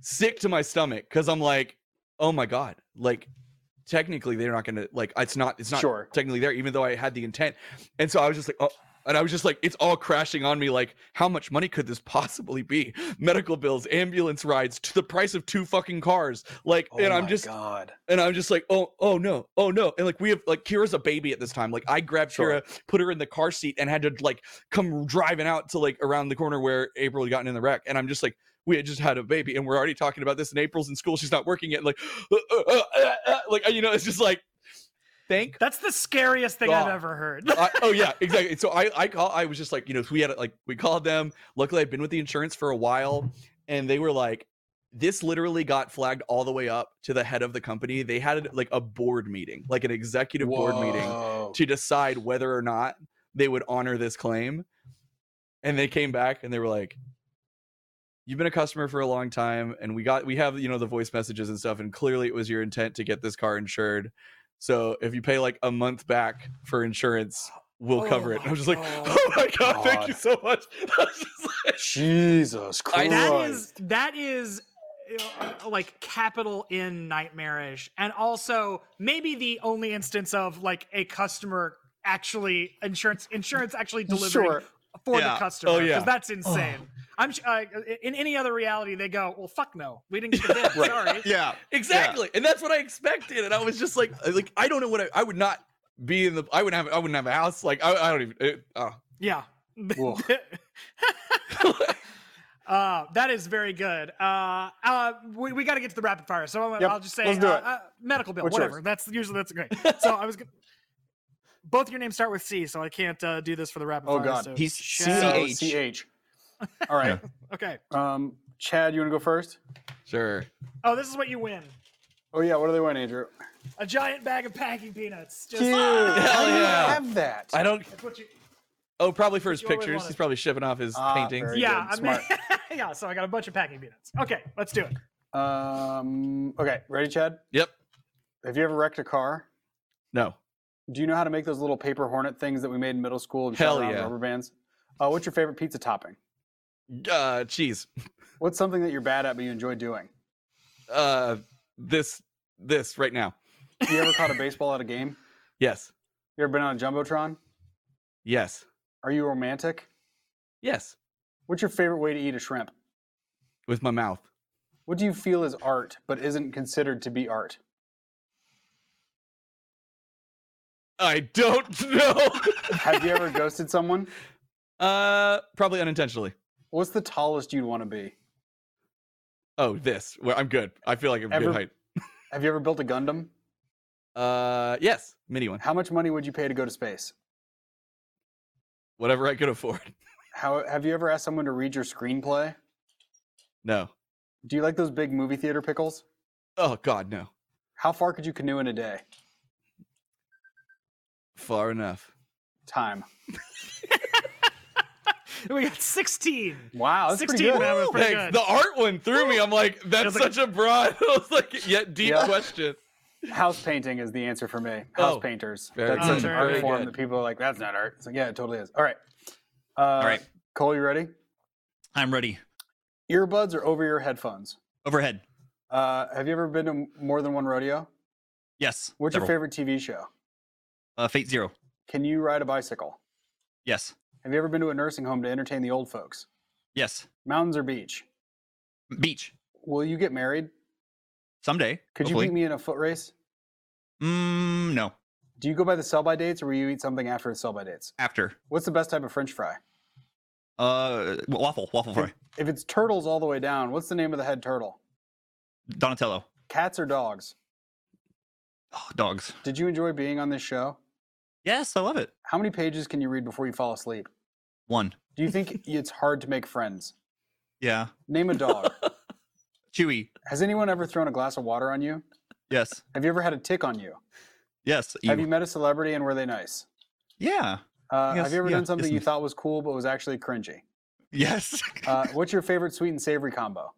E: sick to my stomach because I'm like, "Oh my god!" Like, technically, they're not gonna like. It's not. It's not
C: Sure.
E: technically there, even though I had the intent. And so I was just like, "Oh." And I was just like, it's all crashing on me. Like, how much money could this possibly be? Medical bills, ambulance rides, to the price of two fucking cars. Like,
C: Oh
E: and I'm
C: my
E: just,
C: God.
E: and I'm just like, oh, oh no, oh no, and like we have like Kira's a baby at this time. Like I grabbed
C: Sure.
E: Kira, put her in the car seat, and had to like come driving out to like around the corner where April had gotten in the wreck. And I'm just like, we had just had a baby, and we're already talking about this. And April's in school; she's not working yet. Like, uh, like you know, it's just like, thank
B: that's the scariest thing I've
E: God.
B: ever heard.
E: I, oh yeah, exactly. So I I call I was just like, you know, we had like we called them. Luckily I've been with the insurance for a while and they were like this literally got flagged all the way up to the head of the company. They had like a board meeting, like an executive board meeting
C: Whoa.
E: to decide whether or not they would honor this claim. And they came back and they were like You've been a customer for a long time and we got we have, you know, the voice messages and stuff and clearly it was your intent to get this car insured. So if you pay like a month back for insurance, we'll cover it. And I was just like, oh my god, thank you
C: God.
E: so much. I was just like-
C: Jesus
E: I-
C: Christ.
B: that is that is uh, like capital in nightmarish and also maybe the only instance of like a customer actually insurance insurance actually delivering
C: Sure.
B: for
D: Yeah.
B: the customer
E: Oh, yeah.
B: that's insane i'm sh- uh, in any other reality they go well fuck no we didn't get the bid, sorry
D: Yeah.
E: exactly. And that's what I expected. And I was just like, like I don't know what I, I would not be in the I wouldn't have I wouldn't have a house. Like I, I don't even it, oh.
B: yeah
C: Whoa.
B: Uh, that is very good. Uh, uh, we, we got to get to the rapid fire, so I'm,
C: Yep,
B: I'll just say
C: let's do
B: uh,
C: it.
B: Uh, medical bill,
C: What's
B: whatever.
C: yours?
B: That's usually that's great. So I was gonna, both your names start with C, so I can't uh, do this for the rapid
C: Oh,
B: fire.
C: God.
B: so
D: He's
B: shall-
D: CH.
C: Oh, CH. All right.
B: Okay.
C: Um, Chad, you want to go first?
E: Sure.
B: Oh, this is what you win:
C: Oh, yeah. What do they want, Andrew?
B: a giant bag of packing peanuts. Just
C: Dude,
E: Hell
C: how do you
E: yeah.
C: have that?
E: I don't
B: that's what you.
E: oh probably for his
B: You always
E: pictures.
B: wanted-
E: He's probably shipping off his
C: Ah,
E: paintings.
C: very
B: Yeah, I
C: good,
B: mean, yeah. So I got a bunch of packing peanuts. Okay, let's do it.
C: Um, okay. Ready, Chad?
E: Yep.
C: Have you ever wrecked a car?
E: No.
C: Do you know how to make those little paper hornet things that we made in middle school and
E: Hell
C: shot around with
E: yeah.
C: rubber bands? Uh, what's your favorite pizza topping?
E: Uh cheese.
C: What's something that you're bad at but you enjoy doing?
E: Uh this this right now.
C: You ever caught a baseball at a game?
E: Yes.
C: You ever been on a jumbotron?
E: Yes.
C: Are you romantic?
E: Yes.
C: What's your favorite way to eat a shrimp?
E: With my mouth.
C: What do you feel is art but isn't considered to be art?
E: I don't know.
C: Have you ever ghosted someone?
E: uh probably unintentionally.
C: What's the tallest you'd want to be?
E: Oh, this. Well, I'm good. I feel like I'm
C: Ever-
E: good height.
C: Have you ever built a Gundam?
E: Uh, yes, mini one.
C: How much money would you pay to go to space?
E: Whatever I could afford.
C: How have you ever asked someone to read your screenplay?
E: No.
C: Do you like those big movie theater pickles?
E: Oh God, no.
C: How far could you canoe in a day?
E: Far enough.
C: Time.
B: We got 16.
C: Wow, that's
B: 16
C: pretty good.
B: that was pretty
E: Thanks.
B: good.
E: The art one threw me. I'm like, that's
B: like-
E: such a broad, I was like, yet deep
C: Yeah.
E: question.
C: House painting is the answer for me. House
E: Oh,
C: painters.
E: very
C: That's
B: good,
C: such an
B: very
C: art
B: good.
C: form that people are like, that's not art. So yeah, it totally is. All right. Uh, All
D: right.
C: Cole, you ready?
D: I'm ready.
C: Earbuds or over ear headphones?
D: Overhead.
C: Uh, have you ever been to m- more than one rodeo?
D: Yes.
C: What's
D: Several.
C: your favorite TV show?
D: Uh, Fate Zero.
C: Can you ride a bicycle?
D: Yes.
C: Have you ever been to a nursing home to entertain the old folks?
D: Yes.
C: Mountains or beach?
D: Beach.
C: Will you get married?
D: Someday.
C: Could
D: hopefully.
C: you beat me in a foot race?
D: Mm, no.
C: Do you go by the sell by dates or will you eat something after the sell by dates?
D: After.
C: What's the best type of french fry?
D: Uh, waffle. Waffle fry.
C: If it's turtles all the way down, what's the name of the head turtle?
D: Donatello.
C: Cats or dogs?
D: Oh, dogs.
C: Did you enjoy being on this show?
D: Yes, I love it.
C: How many pages can you read before you fall asleep?
D: One.
C: Do you think it's hard to make friends?
D: Yeah.
C: Name a dog.
D: Chewy.
C: Has anyone ever thrown a glass of water on you?
D: Yes.
C: Have you ever had a tick on you?
D: Yes.
C: Have
D: ew.
C: you met a celebrity and were they nice?
D: Yeah.
C: Uh,
D: Yes,
C: have you ever
D: yeah,
C: done something you
D: isn't-
C: thought was cool but was actually cringy?
D: Yes.
C: Uh, what's your favorite sweet and savory combo?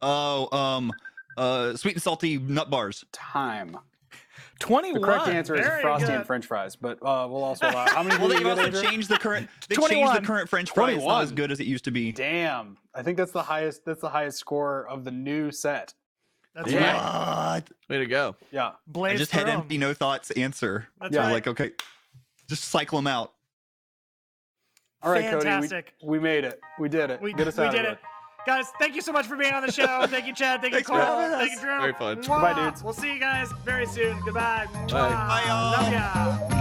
D: oh, um, uh, sweet and salty nut bars.
C: Time. The
B: 21.
C: correct answer is
B: Very
C: frosty
B: good.
C: and French fries, but uh, we'll also allow how many?
D: Well,
C: did
D: they've
C: you get,
D: also
C: Andrew?
D: changed the current. They changed
B: 21.
D: the current French fries. It's not as
C: 21.
D: good as it used to be.
C: Damn, I think that's the highest. That's the highest score of the new set.
B: That's
C: Yeah.
B: right.
D: What?
E: Way to go.
C: Yeah,
D: I
B: Blaze
D: just had
B: Throne.
D: empty, no thoughts answer.
B: That's
C: Yeah.
D: I'm
B: right.
D: Like, okay, just cycle them out.
C: All right,
B: Fantastic.
C: Cody. We, we made it. We did it.
B: We,
C: Get us
B: we
C: out
B: did
C: of
B: it. Guys, thank you so much for being on the show. Thank you, Chad. Thank you,
D: Thanks for
B: Cole.
D: having
B: Thank you,
D: us.
B: Drew.
E: Very fun.
B: Mwah.
C: Goodbye, dudes.
B: We'll see you guys very soon. Goodbye. Mwah.
E: Bye.
D: Bye, y'all.
B: Love ya.